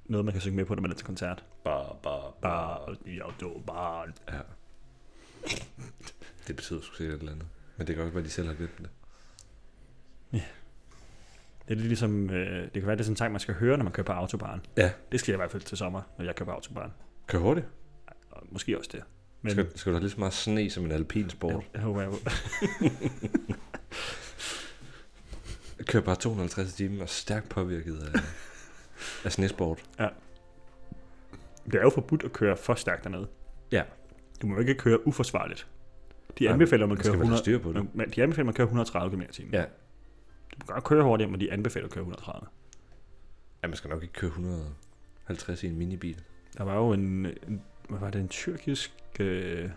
noget, man kan synge med på, når man er til koncert. Bare, bare, Bare afstig autobahn. Ja. Det betyder sgu sikkert et eller andet. Men det kan også være, at de selv har glemt det. Det er lidt ligesom, øh, det kan være, det er sådan en sang, man skal høre, når man kører på autobahn. Ja. Det skal jeg i hvert fald til sommer, når jeg kører på autobahn. Kør hurtigt. Og måske også det. Men... Skal, skal du have lige så meget sne som en alpin jeg, sport? jeg, håber, jeg, Kør bare 250 i timen og er stærkt påvirket af, af snesport. det er jo forbudt at køre for stærkt dernede. Ja. Du må jo ikke køre uforsvarligt. De Nej, anbefaler, at man kører skal man have 100, styr på det. man- man, de anbefaler, at man kører 130 km i timen. Ja. Du kan godt køre hurtigt, men de anbefaler at køre 130. Ja, man skal nok ikke køre 150 i en minibil. Der var jo en, en hvad var det, en tyrkisk øh,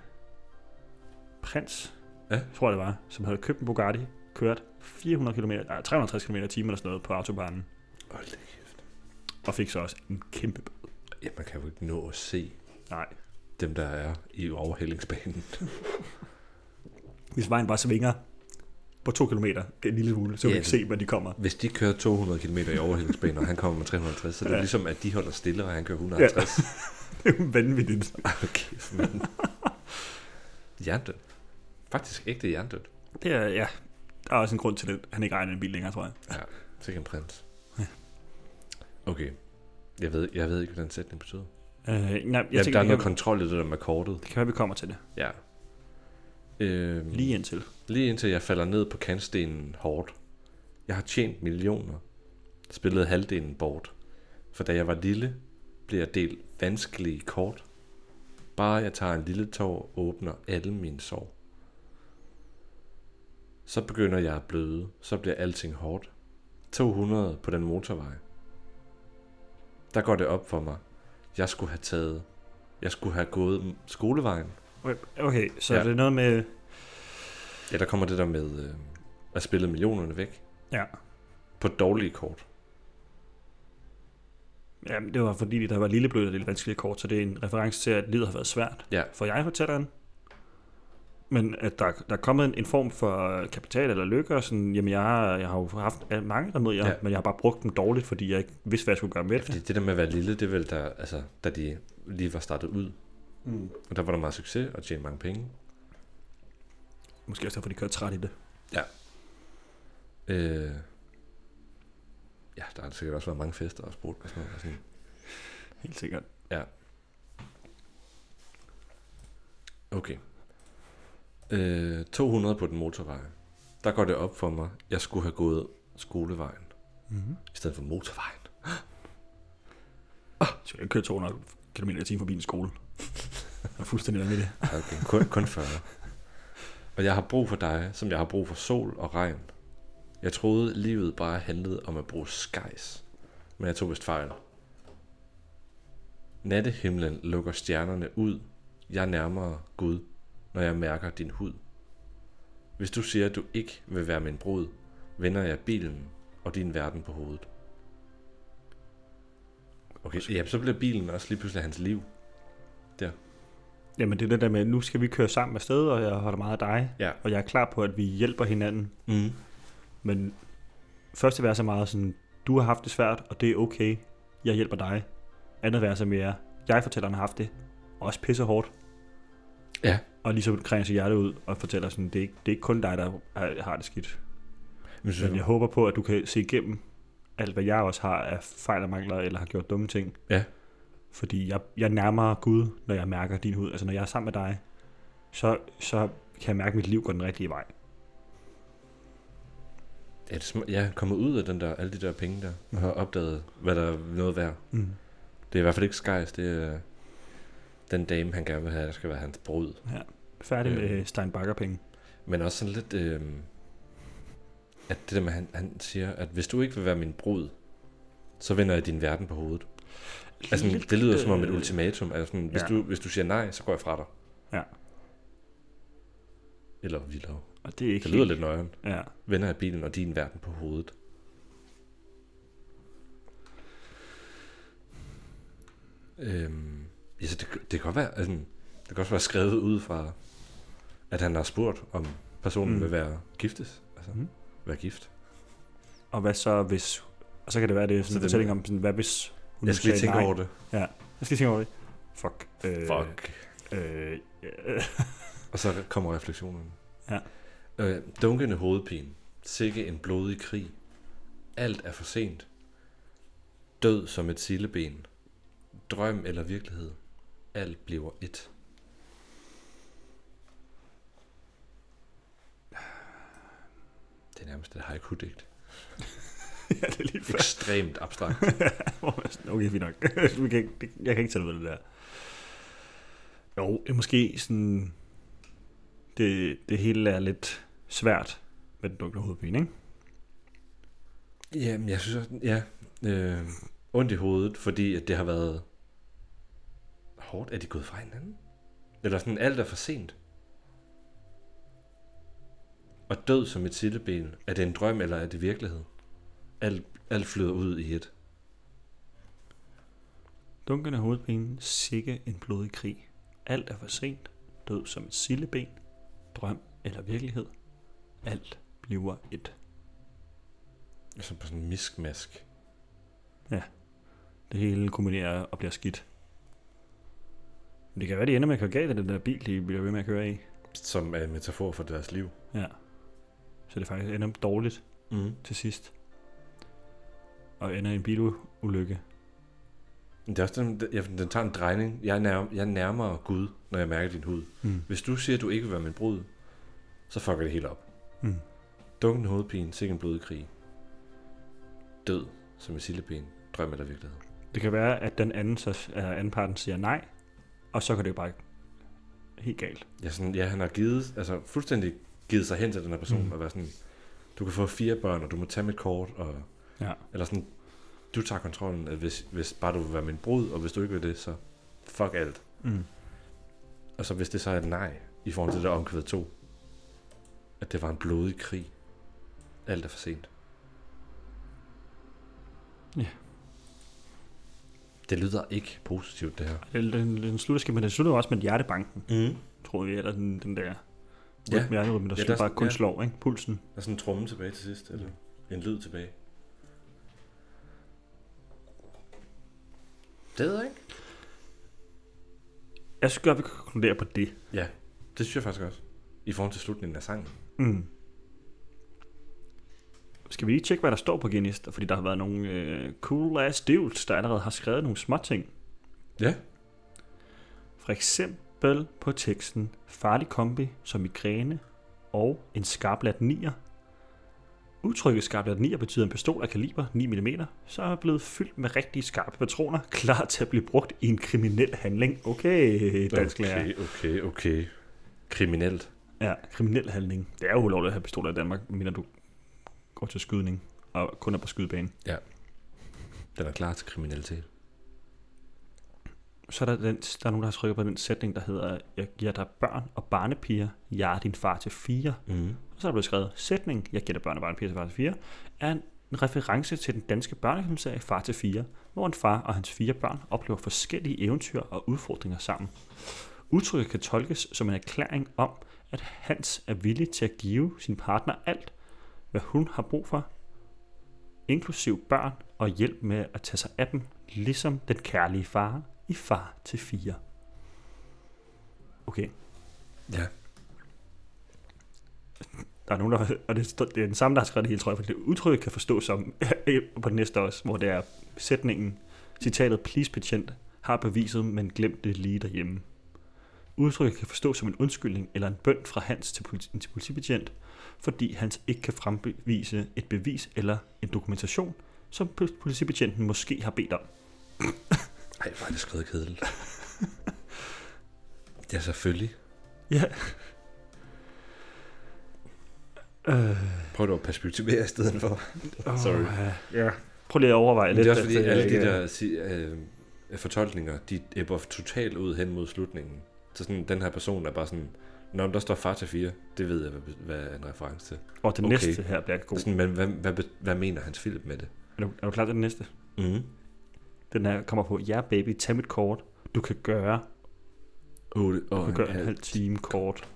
prins, Ja. tror jeg det var, som havde købt en Bugatti, kørt 400 km, nej, 360 km i timen eller sådan noget på autobanen, Hold da kæft. og fik så også en kæmpe bøde. Ja, man kan jo ikke nå at se Nej, dem, der er i overhældingsbanen. hvis vejen bare svinger på to kilometer en lille smule, så kan Ja, vi ikke det- se, hvor de kommer. Hvis de kører 200 km i overhældingsbanen, og han kommer med 350, så er det Ja. ja. ligesom, at de holder stille, og han kører 150. Ja. Det er jo vanvittigt. Okay, men... Jerndød. Faktisk ægte jerndød. Det er, ja, der er også en grund til det. Han ikke ejer en bil længere, tror jeg. Sikke en prins. Okay. Jeg ved, jeg ved ikke, hvad den sætning betyder. Øh, nej, jeg Jeg ja, tænker, der er det noget kan, kontrol i det der med kortet. det kan være, vi kommer til det. Ja. Øhm, Lige indtil. lige indtil jeg falder ned på kantstenen hårdt. Jeg har tjent millioner. Spillet halvdelen bort. For da jeg var lille, blev jeg delt vanskelige kort. Bare jeg tager en lille tår, åbner alle mine sår. Så begynder jeg at bløde, så bliver alting hårdt. 200 på den motorvej. Der går det op for mig. Jeg skulle have taget. Jeg skulle have gået skolevejen. Okay, okay så ja. Ja. det er noget med... Ja, der kommer det der med øh, at spille millionerne væk. Ja. På dårlige kort. Ja, det var fordi, der var lille blød og det lidt vanskelige kort, så det er en reference til, at livet har været svært Ja. for jeg-fortælleren. Men at der, der er kommet en, en form for kapital eller lykke, og sådan, jamen jeg, har- jeg har jo haft øh, mange remedier, ja. Ja. men jeg har bare brugt dem dårligt, fordi jeg ikke vidste, hvad jeg skulle gøre med det. Fordi det der med at være lille, det er vel der, altså, da de lige var startet ud. Mm. Og der var der meget succes og tjente mange penge. Måske også derfor, de kører træt i det. Øh, ja, der har sikkert også været mange fester og sport og sådan noget. Og sådan. Helt sikkert. Okay. Øh, 200 på den motorvej. Der går det op for mig. Jeg skulle have gået skolevejen Mm-hmm. i stedet for motorvejen. Så jeg ikke køre 200 km i timen forbi en skole. Jeg er fuldstændig vanvittig. Okay, kun, kun 40. Og jeg har brug for dig, som jeg har brug for sol og regn. Jeg troede, livet bare handlede om at bruge skejs. Men jeg tog vist fejl. Nattehimlen lukker stjernerne ud. Jeg er nærmere Gud, når jeg mærker din hud. Hvis du siger, at du ikke vil være min brud, vender jeg bilen og din verden på hovedet. Okay, ja, så bliver bilen også lige pludselig hans liv. Jamen det er det der med, at nu skal vi køre sammen afsted, og jeg holder meget af dig. Ja. Og jeg er klar på, at vi hjælper hinanden. Mm. Men første vers er meget sådan, du har haft det svært, og det er okay. Jeg hjælper dig. Andet vers er mere, jeg fortæller, han har haft det. Også pisse hårdt. Ja. Og lige så kringer sit hjerte ud og fortæller sådan, det er ikke, det er ikke kun dig, der har- har det skidt. Men, Men jeg håber på, at du kan se igennem alt, hvad jeg også har af fejl og mangler, eller har gjort dumme ting. Ja. Fordi jeg, jeg nærmer Gud, når jeg mærker din hud. Altså, når jeg er sammen med dig, så, så kan jeg mærke, at mit liv går den rigtige vej. Ja, det sm- jeg er kommet ud af den der, alle de der penge der, og har opdaget, hvad der er noget værd. Mm. Det er i hvert fald ikke Skies, det er den dame, han gerne vil have, der skal være hans brud. Færdig Ja. med Steinbacher-penge. Men også sådan lidt, øh, at det der med, han, han siger, at hvis du ikke vil være min brud, så vender jeg din verden på hovedet. Altså, sådan, det lyder som om et øh, ultimatum. Altså, sådan, hvis, ja. du, hvis du siger nej, så går jeg fra dig. Ja. Eller vildere. Og det er ikke Det lyder helt- lidt nøjeren. Ja. Venner af bilen og din verden på hovedet. Øhm, ja, så det, det kan godt være, altså, det kan også være skrevet ud fra, at han har spurgt, om personen Mm. mm. vil være giftes. Altså, Mm. mm. være gift. Og hvad så hvis... Og så kan det være, det er Så sådan en den- fortælling om, sådan, hvad hvis hun Jeg skal lige sagde tænke nej. over det. Jeg skal lige tænke over det. Fuck. Øh, Fuck. Øh, øh, Og så kommer refleksionerne. Ja. Øh, dunkende hovedpine. Sikke en blodig krig. Alt er for sent. Død som et silleben. Drøm eller virkelighed. Alt bliver et. Det er nærmest et haiku-digt. ja, det er lige før. Ekstremt abstrakt. Hvor man er sådan, okay, fint nok. Vi kan ikke, det, jeg kan ikke tage det ved det der. Jo, det er måske sådan... Det, det hele er lidt svært med den dunkle hovedpine, ikke? Jamen, jeg synes også, ja, øh, ondt i hovedet, fordi at det har været hårdt. Er de gået fra hinanden? Eller sådan, alt er for sent. Og død som et silleben. Er det en drøm, eller er det virkelighed? Alt, alt flyder ud i et. Dunkende hovedpine, sikke en blodig krig. Alt er for sent, død som et silleben, drøm eller virkelighed. Alt bliver et. Altså på sådan en miskmask. Det hele kombinerer og bliver skidt. Men det kan være, de ender med at køre galt af den der bil, de bliver ved med at køre i. Som er en metafor for deres liv. Ja. Så det faktisk ender dårligt Mm. til sidst. Og ender i en bilulykke. Det er også den, den, ja, den tager en drejning. Jeg, nærm, jeg nærmer Gud, når jeg mærker din hud. Mm. Hvis du siger, at du ikke vil være min brud, så fucker det hele op. Mm. Dunken hovedpine, sikke en blodig krig. Død som en silleben, drøm eller virkelighed. Det kan være, at den anden, så, eller anden parten siger nej, og så kan det jo bare helt galt. Ja, sådan, ja, han har givet, altså fuldstændig givet sig hen til den her person, Mm. mm. og været sådan, du kan få fire børn, og du må tage mit kort, og, Ja. eller sådan, du tager kontrollen, at hvis, hvis bare du vil være min brud, og hvis du ikke vil det, så fuck alt. Mm. Og så Altså, hvis det så er et nej, i forhold til det der omkvæd 2, at det var en blodig krig, alt er for sent. Ja. Det lyder ikke positivt, det her. Den, den, den slutter, skal- men den slutter jo også med hjertebanken, Mm. tror vi, eller den, den der Ja. ja. hjerterytme, der Ja, ja, der- bare kun ja. slår, ikke? Pulsen. Der er sådan en tromme tilbage til sidst, eller en lyd tilbage. Det ved jeg ikke. Jeg synes godt, vi kan konkludere på det. Ja, det synes jeg faktisk også. I forhold til slutningen af sangen. Mm. Skal vi lige tjekke, hvad der står på Guinness? Fordi der har været nogle øh, cool ass dudes, der allerede har skrevet nogle små ting. Ja. For eksempel på teksten farlig kombi som migræne og en skarplat 9'er. Udtrykket skarplat 9'er betyder en pistol af kaliber 9 mm, så er blevet fyldt med rigtige skarpe patroner, klar til at blive brugt i en kriminel handling. Okay, dansk lærer. Okay, okay, okay. Kriminelt. Ja, kriminel handling. Det er jo ulovligt at have pistoler i Danmark, mindre du går til skydning og kun er på skydebanen. Den er klar til kriminalitet. Så er der, den, der er nogen, der har trykket på den sætning, der hedder, jeg giver dig børn og barnepiger, jeg er din far til fire. Mm. Og så er der blevet skrevet, sætning, jeg giver dig børn og barnepiger til far til fire, er en en reference til den danske børnefilmserie Far til fire, hvor en far og hans fire børn oplever forskellige eventyr og udfordringer sammen. Udtrykket kan tolkes som en erklæring om, at Hans er villig til at give sin partner alt, hvad hun har brug for, inklusiv børn og hjælp med at tage sig af dem, ligesom den kærlige far i Far til fire. Okay, Ja. Der er nogen, der, og det, står- det er den samme, der har skrevet det hele, tror jeg, for det udtryk kan forstås som på den næste også, hvor det er sætningen, citatet, please patient, har beviset, men glemt det lige derhjemme. Udtrykket kan forstås som en undskyldning eller en bøn fra Hans til, politi- til politibetjent, fordi Hans ikke kan frembevise et bevis eller en dokumentation, som po- politibetjenten måske har bedt om. Ej, hvor er det skrevet kedeligt. ja, selvfølgelig. Ja. Øh, Prøv dog at perspektivere i stedet for. Sorry. ja. Prøv lige at overveje Men lidt. det er også fordi, at, øh, alle de ikke- der si- øh, fortolkninger, de æbber totalt ud hen mod slutningen. Så sådan, den her person er bare sådan, Nå, men der står far til fire. Det ved jeg, hvad, hvad er en reference til. Og den Okay. okay. næste her bliver god. God. Sådan, men hvad, hvad, be- hvad mener Hans Philip med det? Er du, er du klar til den næste? Mm. Den her kommer på, ja baby, tag mit kort. Du kan gøre, 8 du kan gøre en halv time kort.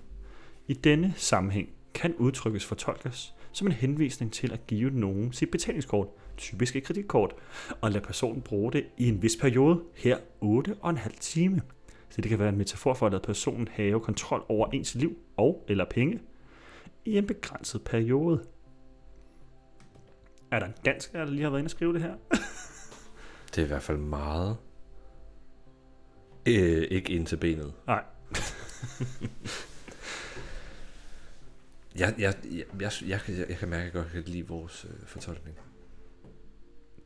I denne sammenhæng kan udtrykkes fortolkes som en henvisning til at give nogen sit betalingskort, typisk et kreditkort, og lade personen bruge det i en vis periode, her 8 og en halv time. Så det kan være en metafor for at lade personen have kontrol over ens liv og eller penge i en begrænset periode. Er der en dansk, der lige har været inde og skrive det her? Det er i hvert fald meget. Øh, ikke ind til benet. Nej. jeg, jeg, jeg, jeg, jeg, kan- jeg, jeg kan mærke, at jeg godt kan lide vores øh, fortolkning.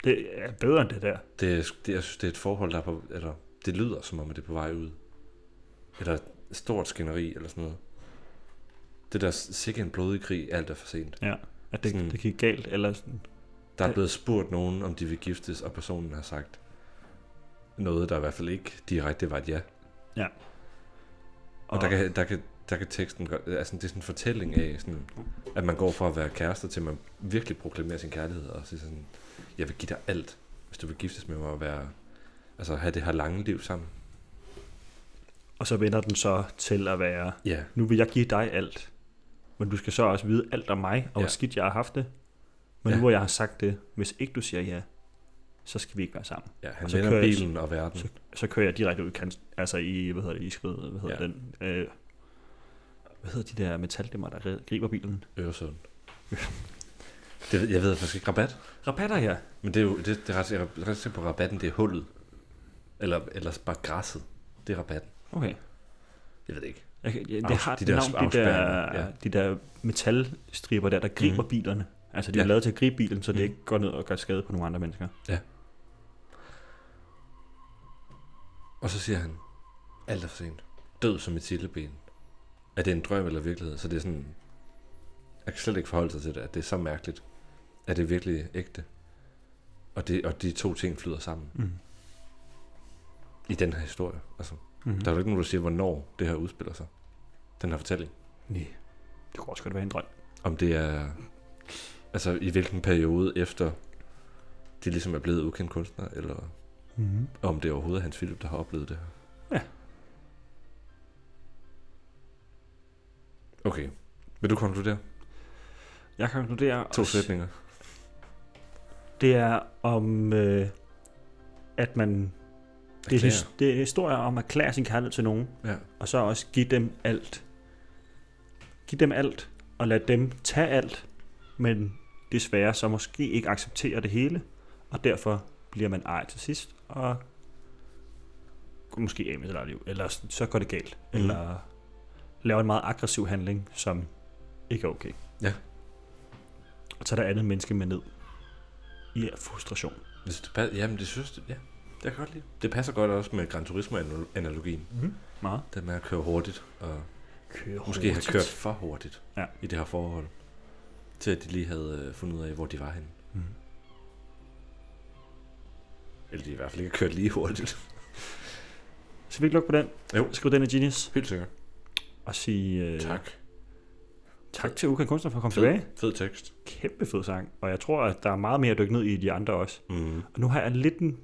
Det er bedre end det der. Det, er- det, jeg synes, det er et forhold, der er på, eller det lyder som om, at det er på vej ud. Eller et stort skænderi, eller sådan noget. Det der sikke en blodig krig, alt er for sent. Ja, at det, Sådan- det gik galt, eller sådan. Der er Det- blevet spurgt nogen, om de vil giftes, og personen har sagt noget, der i hvert fald ikke direkte var et ja. Og der kan, der, kan, der kan teksten godt, altså det er sådan en fortælling af, sådan, at man går fra at være kærester til, at man virkelig proklamerer sin kærlighed og siger sådan, jeg vil give dig alt, hvis du vil giftes med mig og være, altså have det her lange liv sammen. Og så vender den så til at være, Ja, nu vil jeg give dig alt, men du skal så også vide alt om mig, og hvor Ja. skidt jeg har haft det. Men Ja. nu hvor jeg har sagt det, hvis ikke du siger ja, så skal vi ikke være sammen. ja han Og så vender kører jeg- bilen og verden. Så kører jeg direkte ud i kant, altså i, hvad hedder det, i skridt, hvad hedder Ja. ja. den, øh, hvad hedder de der metaldemmer, der gri- griber bilen? Øresund. Det, ved- jeg ved faktisk ikke rabat, Rabatter, ja. men det er jo, det, det er ret, jeg er ret sikker på, at rabatten det er hullet. Eller, eller bare græsset. Det er rabatten. Okay. Jeg ved det ikke. Jeg, kan- ja, det Af- har de de der der, navn, de, der, afspærringer, ja. de der metalstriber der, der griber Mhm. mm. bilerne. Altså, de er Ja. ja. lavet til at gribe bilen, så det Mhm. ikke går ned og gør skade på nogle andre mennesker. Og så siger han, alt er for sent. Død som et silleben. Er det en drøm eller virkelighed? Så det er sådan, jeg kan slet ikke forholde sig til det, at det er så mærkeligt. Er det virkelig ægte? Og, det, og de to ting flyder sammen Mm. i den her historie. Altså, Mm-hmm. der er jo ikke nogen, der siger, hvornår det her udspiller sig. Den her fortælling. Nej. Det kunne også godt være en drøm. Om det er, altså i hvilken periode efter de ligesom er blevet ukendt kunstner, eller Mm-hmm. om det overhovedet er Hans Philip, der har oplevet det her. Ja. Okay. Vil du konkludere? Jeg kan konkludere, To at sætninger. det er om, øh, at man... Det er, Erklære. his- det er historier om at erklære sin kærlighed til nogen, Ja. og så også give dem alt. Giv dem alt, og lad dem tage alt, men desværre så måske ikke acceptere det hele, og derfor bliver man ej til sidst, og går måske af med sit eget liv, eller s- så går det galt, Mhm. mm. eller laver en meget aggressiv handling, som ikke er okay. Ja. Og tager det andet menneske med ned i frustration. Hvis det passer, jamen det synes jeg, ja. Det kan jeg godt lide. Det passer godt også med Gran Turismo-analogien. Mm. Meget. Den med at køre hurtigt, og Kører Mhm. måske have kørt for hurtigt Ja. i det her forhold. Til at de lige havde øh, fundet ud af, hvor de var henne. Mm. Eller de i hvert fald ikke har kørt lige hurtigt. Så vi ikke lukke på den? Jo. Skriv den i Genius Helt sikkert. og sige øh, Tak. tak til Ukan Kunstner for at komme Fed. tilbage. Fed tekst. Kæmpe fed sang, og jeg tror, at der er meget mere at dykke ned i de andre også. Mm. Og nu har jeg lidt en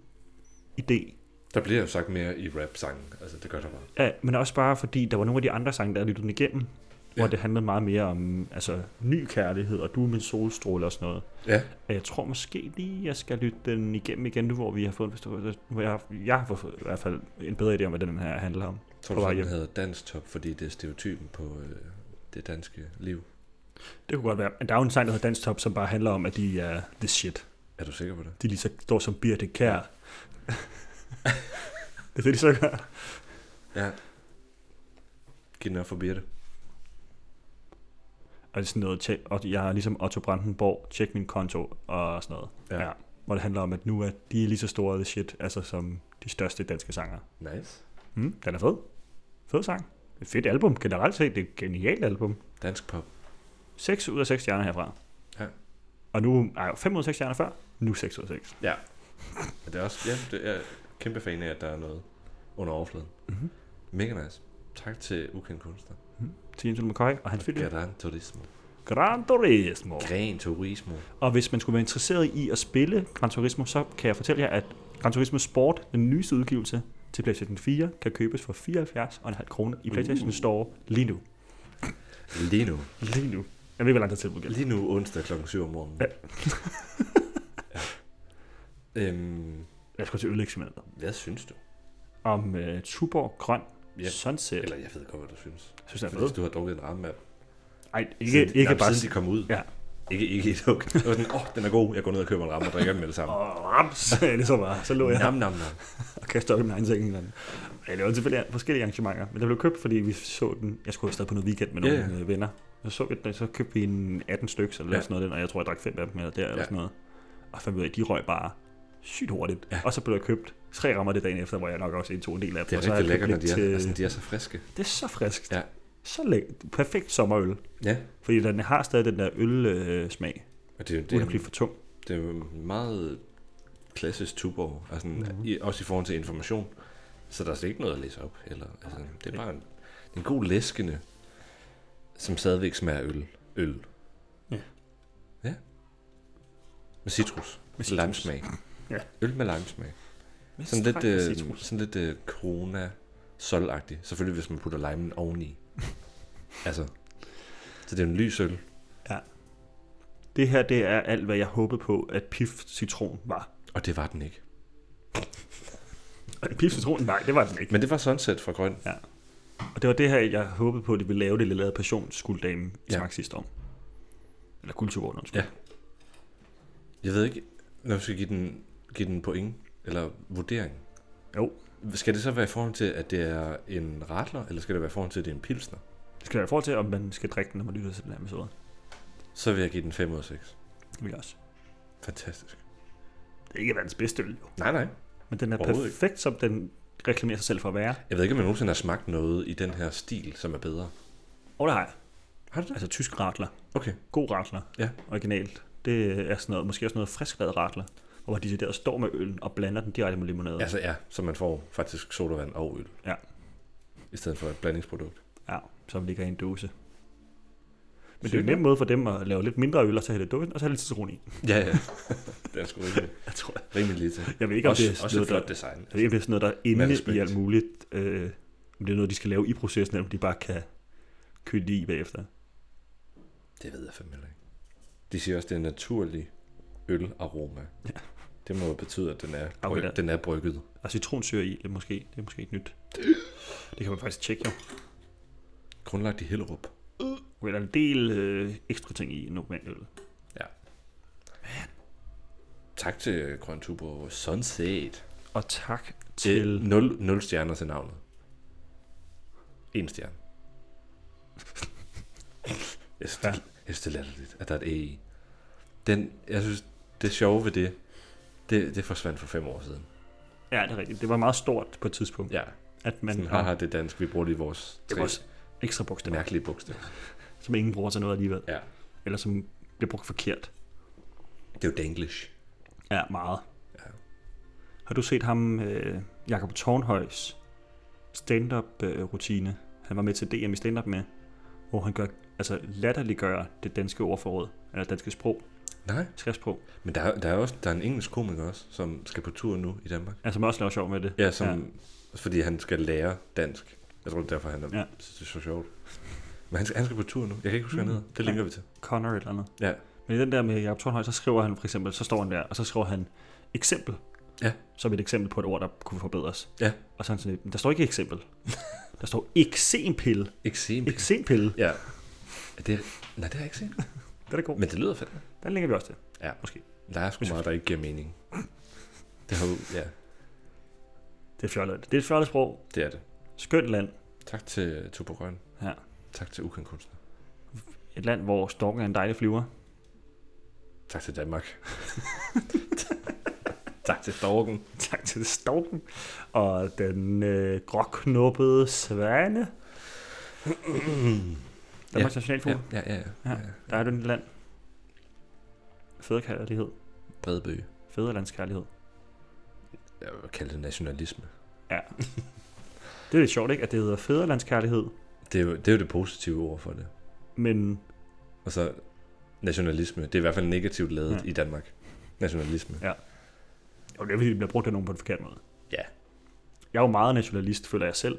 idé, Der bliver jo sagt mere i rap-sangen. Altså, det gør der bare. ja, men også bare fordi, der var nogle af de andre sange, der jeg lyttede den igennem, ja. hvor Ja. det handlede meget mere om altså, ny kærlighed, og du er min solstråle og sådan noget. Ja. Og jeg tror måske lige, jeg skal lytte den igennem igen nu, hvor vi har fået en forståelse. nu har Jeg, jeg har fået i hvert fald en bedre idé om, hvad den her handler om. Tror På du, vej så, den hjem. hedder Dansk Top, fordi det er stereotypen på øh, det danske liv? Det kunne godt være. Men der er jo en sang, der hedder Dansk Top, som bare handler om, at de er the shit. Er du sikker på det? De lige så står som Birte Kær. det er det, de så gør. Ja. Giv den op for Birte. Og det er sådan noget, tjek, og jeg er ligesom Otto Brandenborg, tjek min konto og sådan noget. Ja. Hvor det handler om, at nu er de lige så store the shit, altså som de største danske sanger. Nice. Mm, den er fed. Fed sang. Et fedt album, generelt set. Det er et genialt album. Dansk pop. 6 ud af 6 stjerner herfra. Ja. Og nu, nej, 5 ud af 6 stjerner før, nu 6 ud af 6. Ja. Og det er også, ja, det er jeg er kæmpe fan af, at der er noget under overfladen. Mhm. Mega nice. Tak til ukendt kunstner. til Jens McCoy og hans film Gran Turismo. Gran Turismo. Gran Turismo. Og hvis man skulle være interesseret i at spille Gran Turismo, så kan jeg fortælle jer, at Gran Turismo Sport, den nyeste udgivelse til PlayStation 4, kan købes for 74,5 kroner i PlayStation uh. Store lige nu. Lige nu. Lige nu. Jeg ved ikke, hvor lang tid tilbud gælder. Lige nu onsdag kl. 7 om morgenen. Ja. Ja. øhm, Jeg skulle til øleksamentet. hvad synes du? Om uh, Tuborg Grøn Ja. yeah. Sunset. Eller jeg ved godt, hvad du synes. Jeg synes, den er Fordi fed. du har drukket en ramme af Ej, ikke, siden, ikke nej, bare... siden de kom ud. Ja. Ikke, ikke et hug. Jeg var sådan, åh, oh, den er god. Jeg går ned og køber en ramme og drikker den med det samme. Og rams, sagde det så bare. Så lå jeg Nam, nam, nam. og kastede op i min egen seng en eller anden. Jeg lavede selvfølgelig forskellige arrangementer, men der blev købt, fordi vi så den. Jeg skulle afsted på noget weekend med Ja, nogle yeah. venner. Så så vi den, så købte vi en 18 stykker, eller Ja. ja. sådan noget, af den, og jeg tror, jeg drak fem af dem eller der, eller Ja. sådan noget. Og fandt ud af, at de røg bare sygt hurtigt. Ja. Ja. Og så blev der købt tre rammer det dagen efter, hvor jeg nok også indtog en del af dem. Det er og så øh, har rigtig jeg lækkert, købt når de lidt er, til- altså, de er så friske. Det er så friskt. Ja. Så lækkert. Perfekt sommerøl. Ja, Fordi den har stadig den der øl-smag, øh, og det, er jo- det, uden at blive er, for tung. det er jo meget klassisk Tuborg, altså, Mhm. mm-hmm. i, også i forhold til information. Så der er slet ikke noget at læse op. Eller, altså, det er bare en, det er en god læskende, som stadigvæk smager af øl. øl. Ja. Ja. Med citrus. Med Med citrus. citrus. Limesmag. Ja. Øl med limesmag. Med Sådan lidt, stræk øh, citrus. sådan lidt øh, corona sol -agtig. Selvfølgelig, hvis man putter limen oveni. altså, så det er en lys øl. Det her, det er alt, hvad jeg håbede på, at Pif Citron var. Og det var den ikke. Og en Pif Citron? Nej, det var den ikke. Men det var Sunset fra Grøn. Og det var det her, jeg håbede på, at de ville lave det, de lavede passionsgulddame i Ja. ja. sidste år. Eller guldtuborgen, undskyld. Ja. Jeg ved ikke, når vi skal give den, give den point eller vurdering. Jo, Skal det så være i forhold til, at det er en ratler, eller skal det være i forhold til, at det er en pilsner? det skal være i forhold til, om man skal drikke den, når man lytter til den her episode. Så vil jeg give den 5 ud af 6. Det vil jeg også. Fantastisk. Det er ikke verdens bedste øl, jo. Nej, nej. Men den er Overhovedet perfekt, som den reklamerer sig selv for at være. Jeg ved ikke, om jeg nogensinde har smagt noget i den her stil, som er bedre. Og det har jeg. Har du det? Altså tysk ratler. Okay. God ratler. Ja. Originalt. Det er sådan noget, måske også noget frisklavet ratler. Hvor de der står med øllen og blander den direkte med limonade. Altså ja, så man får faktisk sodavand og øl. Ja. I stedet for et blandingsprodukt. ja som ligger i en dåse. Men det er Sygt jo en nem måde for dem at lave lidt mindre øl, og så hælde dåsen, og så hælde lidt citron i. Ja, ja. det er sgu rimelig, Jeg tror, rimelig lidt. jeg ved ikke, om også, det er sådan også noget, et der- flot design. Jeg ved ikke, om det er sådan noget, der er Med inde respekt. i alt muligt. Øh, om det er noget, de skal lave i processen, eller om de bare kan køle det i bagefter. Det ved jeg fandme heller ikke. De siger også, at det er en naturlig ølaroma. Ja. Det må jo betyde, at den er, bryg, Afhængig. den er brygget. Og Altså, citronsyre i, det er måske, det er måske et nyt. Det kan man faktisk tjekke, jo. Grundlagt i Hellerup. Okay, der er en del øh, ekstra ting i en normal øl. Tak til Grøn Tuborg Sunset. Og tak Til... til... 0, 0 stjerner til navnet. En stjerne. Jeg synes, Ja. det, jeg synes, det er latterligt, at der er et E i. Den, jeg synes, det sjove ved det, det, det forsvandt for fem år siden. Ja, det er rigtigt. Det var meget stort på et tidspunkt, ja. Ja, at man sådan, har haha, det er dansk, vi bruger det i vores det tre var også ekstra bogstaver, mærkelige bogstaver. som ingen bruger til noget alligevel. Ja. Eller som bliver brugt forkert. Det er jo danglish. Ja, meget. Ja. Har du set ham, øh, Jakob Tornhøjs stand-up-rutine? Han var med til DM i stand-up med, hvor han gør, altså latterliggør det danske ordforråd, eller danske sprog, Nej, skriftsprog. men der, er- der er også der er en engelsk komiker også, som skal på tur nu i Danmark. Altså, man også laver sjov med det. Ja, som, ja. fordi han skal lære dansk. Jeg tror, det er derfor, han er, ja. Ja. synes, det er så sjovt. Men han skal, han skal på tur nu. Jeg kan ikke huske, hvad han hedder. Det linker vi til. Connor eller andet. Ja. Men i den der med Jakob Tornhøj, så skriver han for eksempel, så står han der, og så skriver han eksempel. Ja. Som et eksempel på et ord, der kunne forbedres. Ja. Og så er han sådan, lidt, "Men der står ikke eksempel. der står eksempel. Eksempel. Eksempel. Ja. Er det, nej, det har jeg ikke set. Det er det god. Men det lyder fedt. Den linker vi også til. Ja. Måske. Der er sgu meget, der ikke giver mening. Det har jo, ja, Det er fjollet. Det er et fjollet sprog. det er det. Skønt land. Tak til Tubo Grøn. Ja. Tak til Ukendt Kunstner. Et land, hvor storken er en dejlig flyver. Tak til Danmark. tak til Storken. Tak til storken. Og den øh, gråknuppede svane. Danmarks ja. nationalfugl. Ja, Ja. ja, ja. ja. ja. ja. Der er det et land. Fædrekærlighed. Bredbøge. Fædrelandskærlighed. Jeg vil kalde det nationalisme. Ja. Det er lidt sjovt, ikke? At det hedder fædrelandskærlighed, Det er, jo, det er jo det positive ord for det. men Og så nationalisme. Det er i hvert fald negativt lavet Ja. ja. i Danmark. Nationalisme. Ja. jo, det er fordi, det bliver brugt af nogen på en forkert måde. Ja. Jeg er jo meget nationalist, føler jeg selv.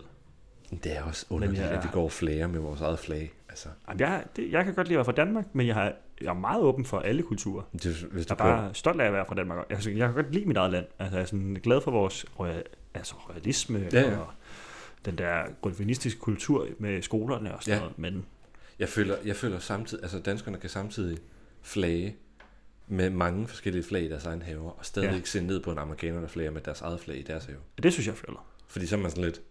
Det er også underligt, jeg- ja. at vi går og flager med vores eget flag. Altså, Jamen, jeg, det, jeg kan godt lide at være fra Danmark, men jeg, har, jeg er meget åben for alle kulturer. det, hvis du Jeg er kører, bare stolt af at være fra Danmark. Jeg, jeg kan godt lide mit eget land. Altså, jeg er sådan glad for vores royal, altså, royalisme Ja, ja. og den der grundvinistiske kultur med skolerne og sådan Ja. noget. Men jeg, føler, jeg føler samtidig, altså danskerne kan samtidig flage med mange forskellige flag i deres egen haver, og stadig Ja. ja. se ned på en amerikaner, der flager med deres eget flag i deres have. det synes jeg føler. Fordi så er man sådan lidt,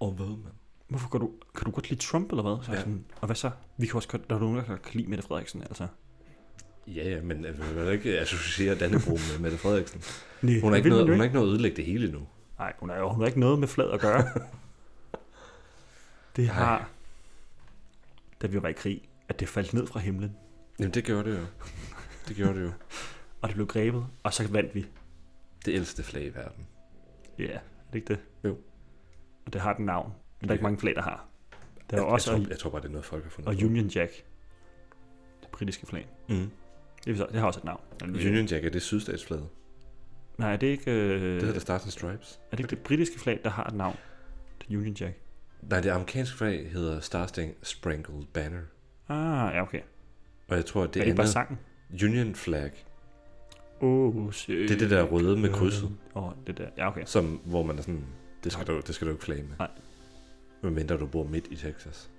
åh hvad man? Hvorfor kan du, kan du godt lide Trump eller hvad? Så ja. Ja. sådan, og hvad så? Vi kan også godt, der er nogen, der kan godt lide Mette Frederiksen, altså. Ja, ja, men jeg vil da ikke associere Dannebro med Mette Frederiksen. Nej, Hun har ikke, noget, hun har ikke noget at ødelægge det hele endnu. Nej, hun har, hun har ikke noget med flad at gøre. det har, da vi var i krig, at det faldt ned fra himlen, Jamen det gjorde det jo. Det gjorde det jo. og det blev grebet, og så vandt vi. Det ældste flag i verden. Ja, yeah, er det ikke det? Jo. Og det har et navn. Der er Ja. ikke mange flag, der har. Der er jeg, jo også jeg, og, tror, jeg tror bare, det er noget, folk har fundet og på. Union Jack. Det britiske flag. Mm. Det, er så- det har også et navn. Union Jack, er det sydstatsflaget? Nej, det er ikke, øh, Det hedder Stars and Stripes. er det ikke det britiske flag, der har et navn? Det er Union Jack. Nej, det amerikanske flag hedder Starsting Sprangled Banner. Ah, ja, okay. Det Og jeg tror, at er det, det ikke andet, bare sangen? Union Flag, Oh, det er det der røde med krydset, Åh, oh, det der. Ja, okay. som, hvor man er sådan, det skal, du, det skal du ikke flage med. Nej. Medmindre du bor midt i Texas,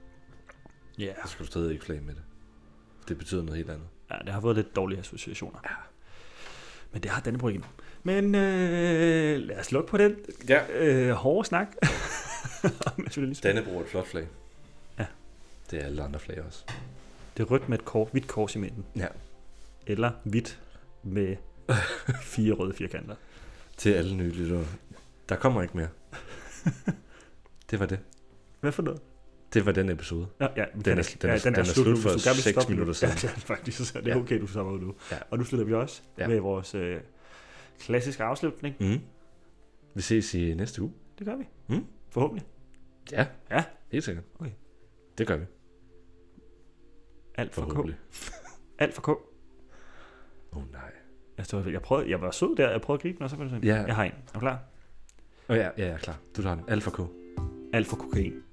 Ja, yeah. så skal du stadig ikke flage med det. Det betyder noget helt andet. Ja, det har fået lidt dårlige associationer. Ja. Men det har Dannebrog ikke endnu. Men øh, lad os lukke på den Ja. øh, hårde snak. Om nationalisme. Dannebro er et flot flag. Ja. Det er alle andre flag også. Det er rødt med et kors, hvidt kors i midten. Ja. Eller hvidt med fire røde firkanter. Til alle nye lyttere. Der kommer ikke mere. det var det. Hvad for noget? Det var den episode. Ja, ja, vi kan er- ikke- den er- den er slut nu. for Hvis du gerne vil seks stoppe nu- minutter siden. Ja, det er den faktisk, så det er Ja. okay, du stopper nu. Ja. Og nu slutter vi også Ja. med vores øh, klassiske afslutning. Mm. Vi ses i næste uge. Det gør vi. Mm. Forhåbentlig. Ja. Ja. Helt sikkert. Okay. Det gør vi. Alt for K. Forhåbentlig. Alt for K. Åh oh, nej. Altså, det var- jeg, prøvede, jeg var sød der, jeg prøvede at gribe den, og så var det sådan, Ja. jeg har en. Er du klar? Åh oh, ja, ja, jeg er klar. Du tager den. Alfa K. Alt for kokain.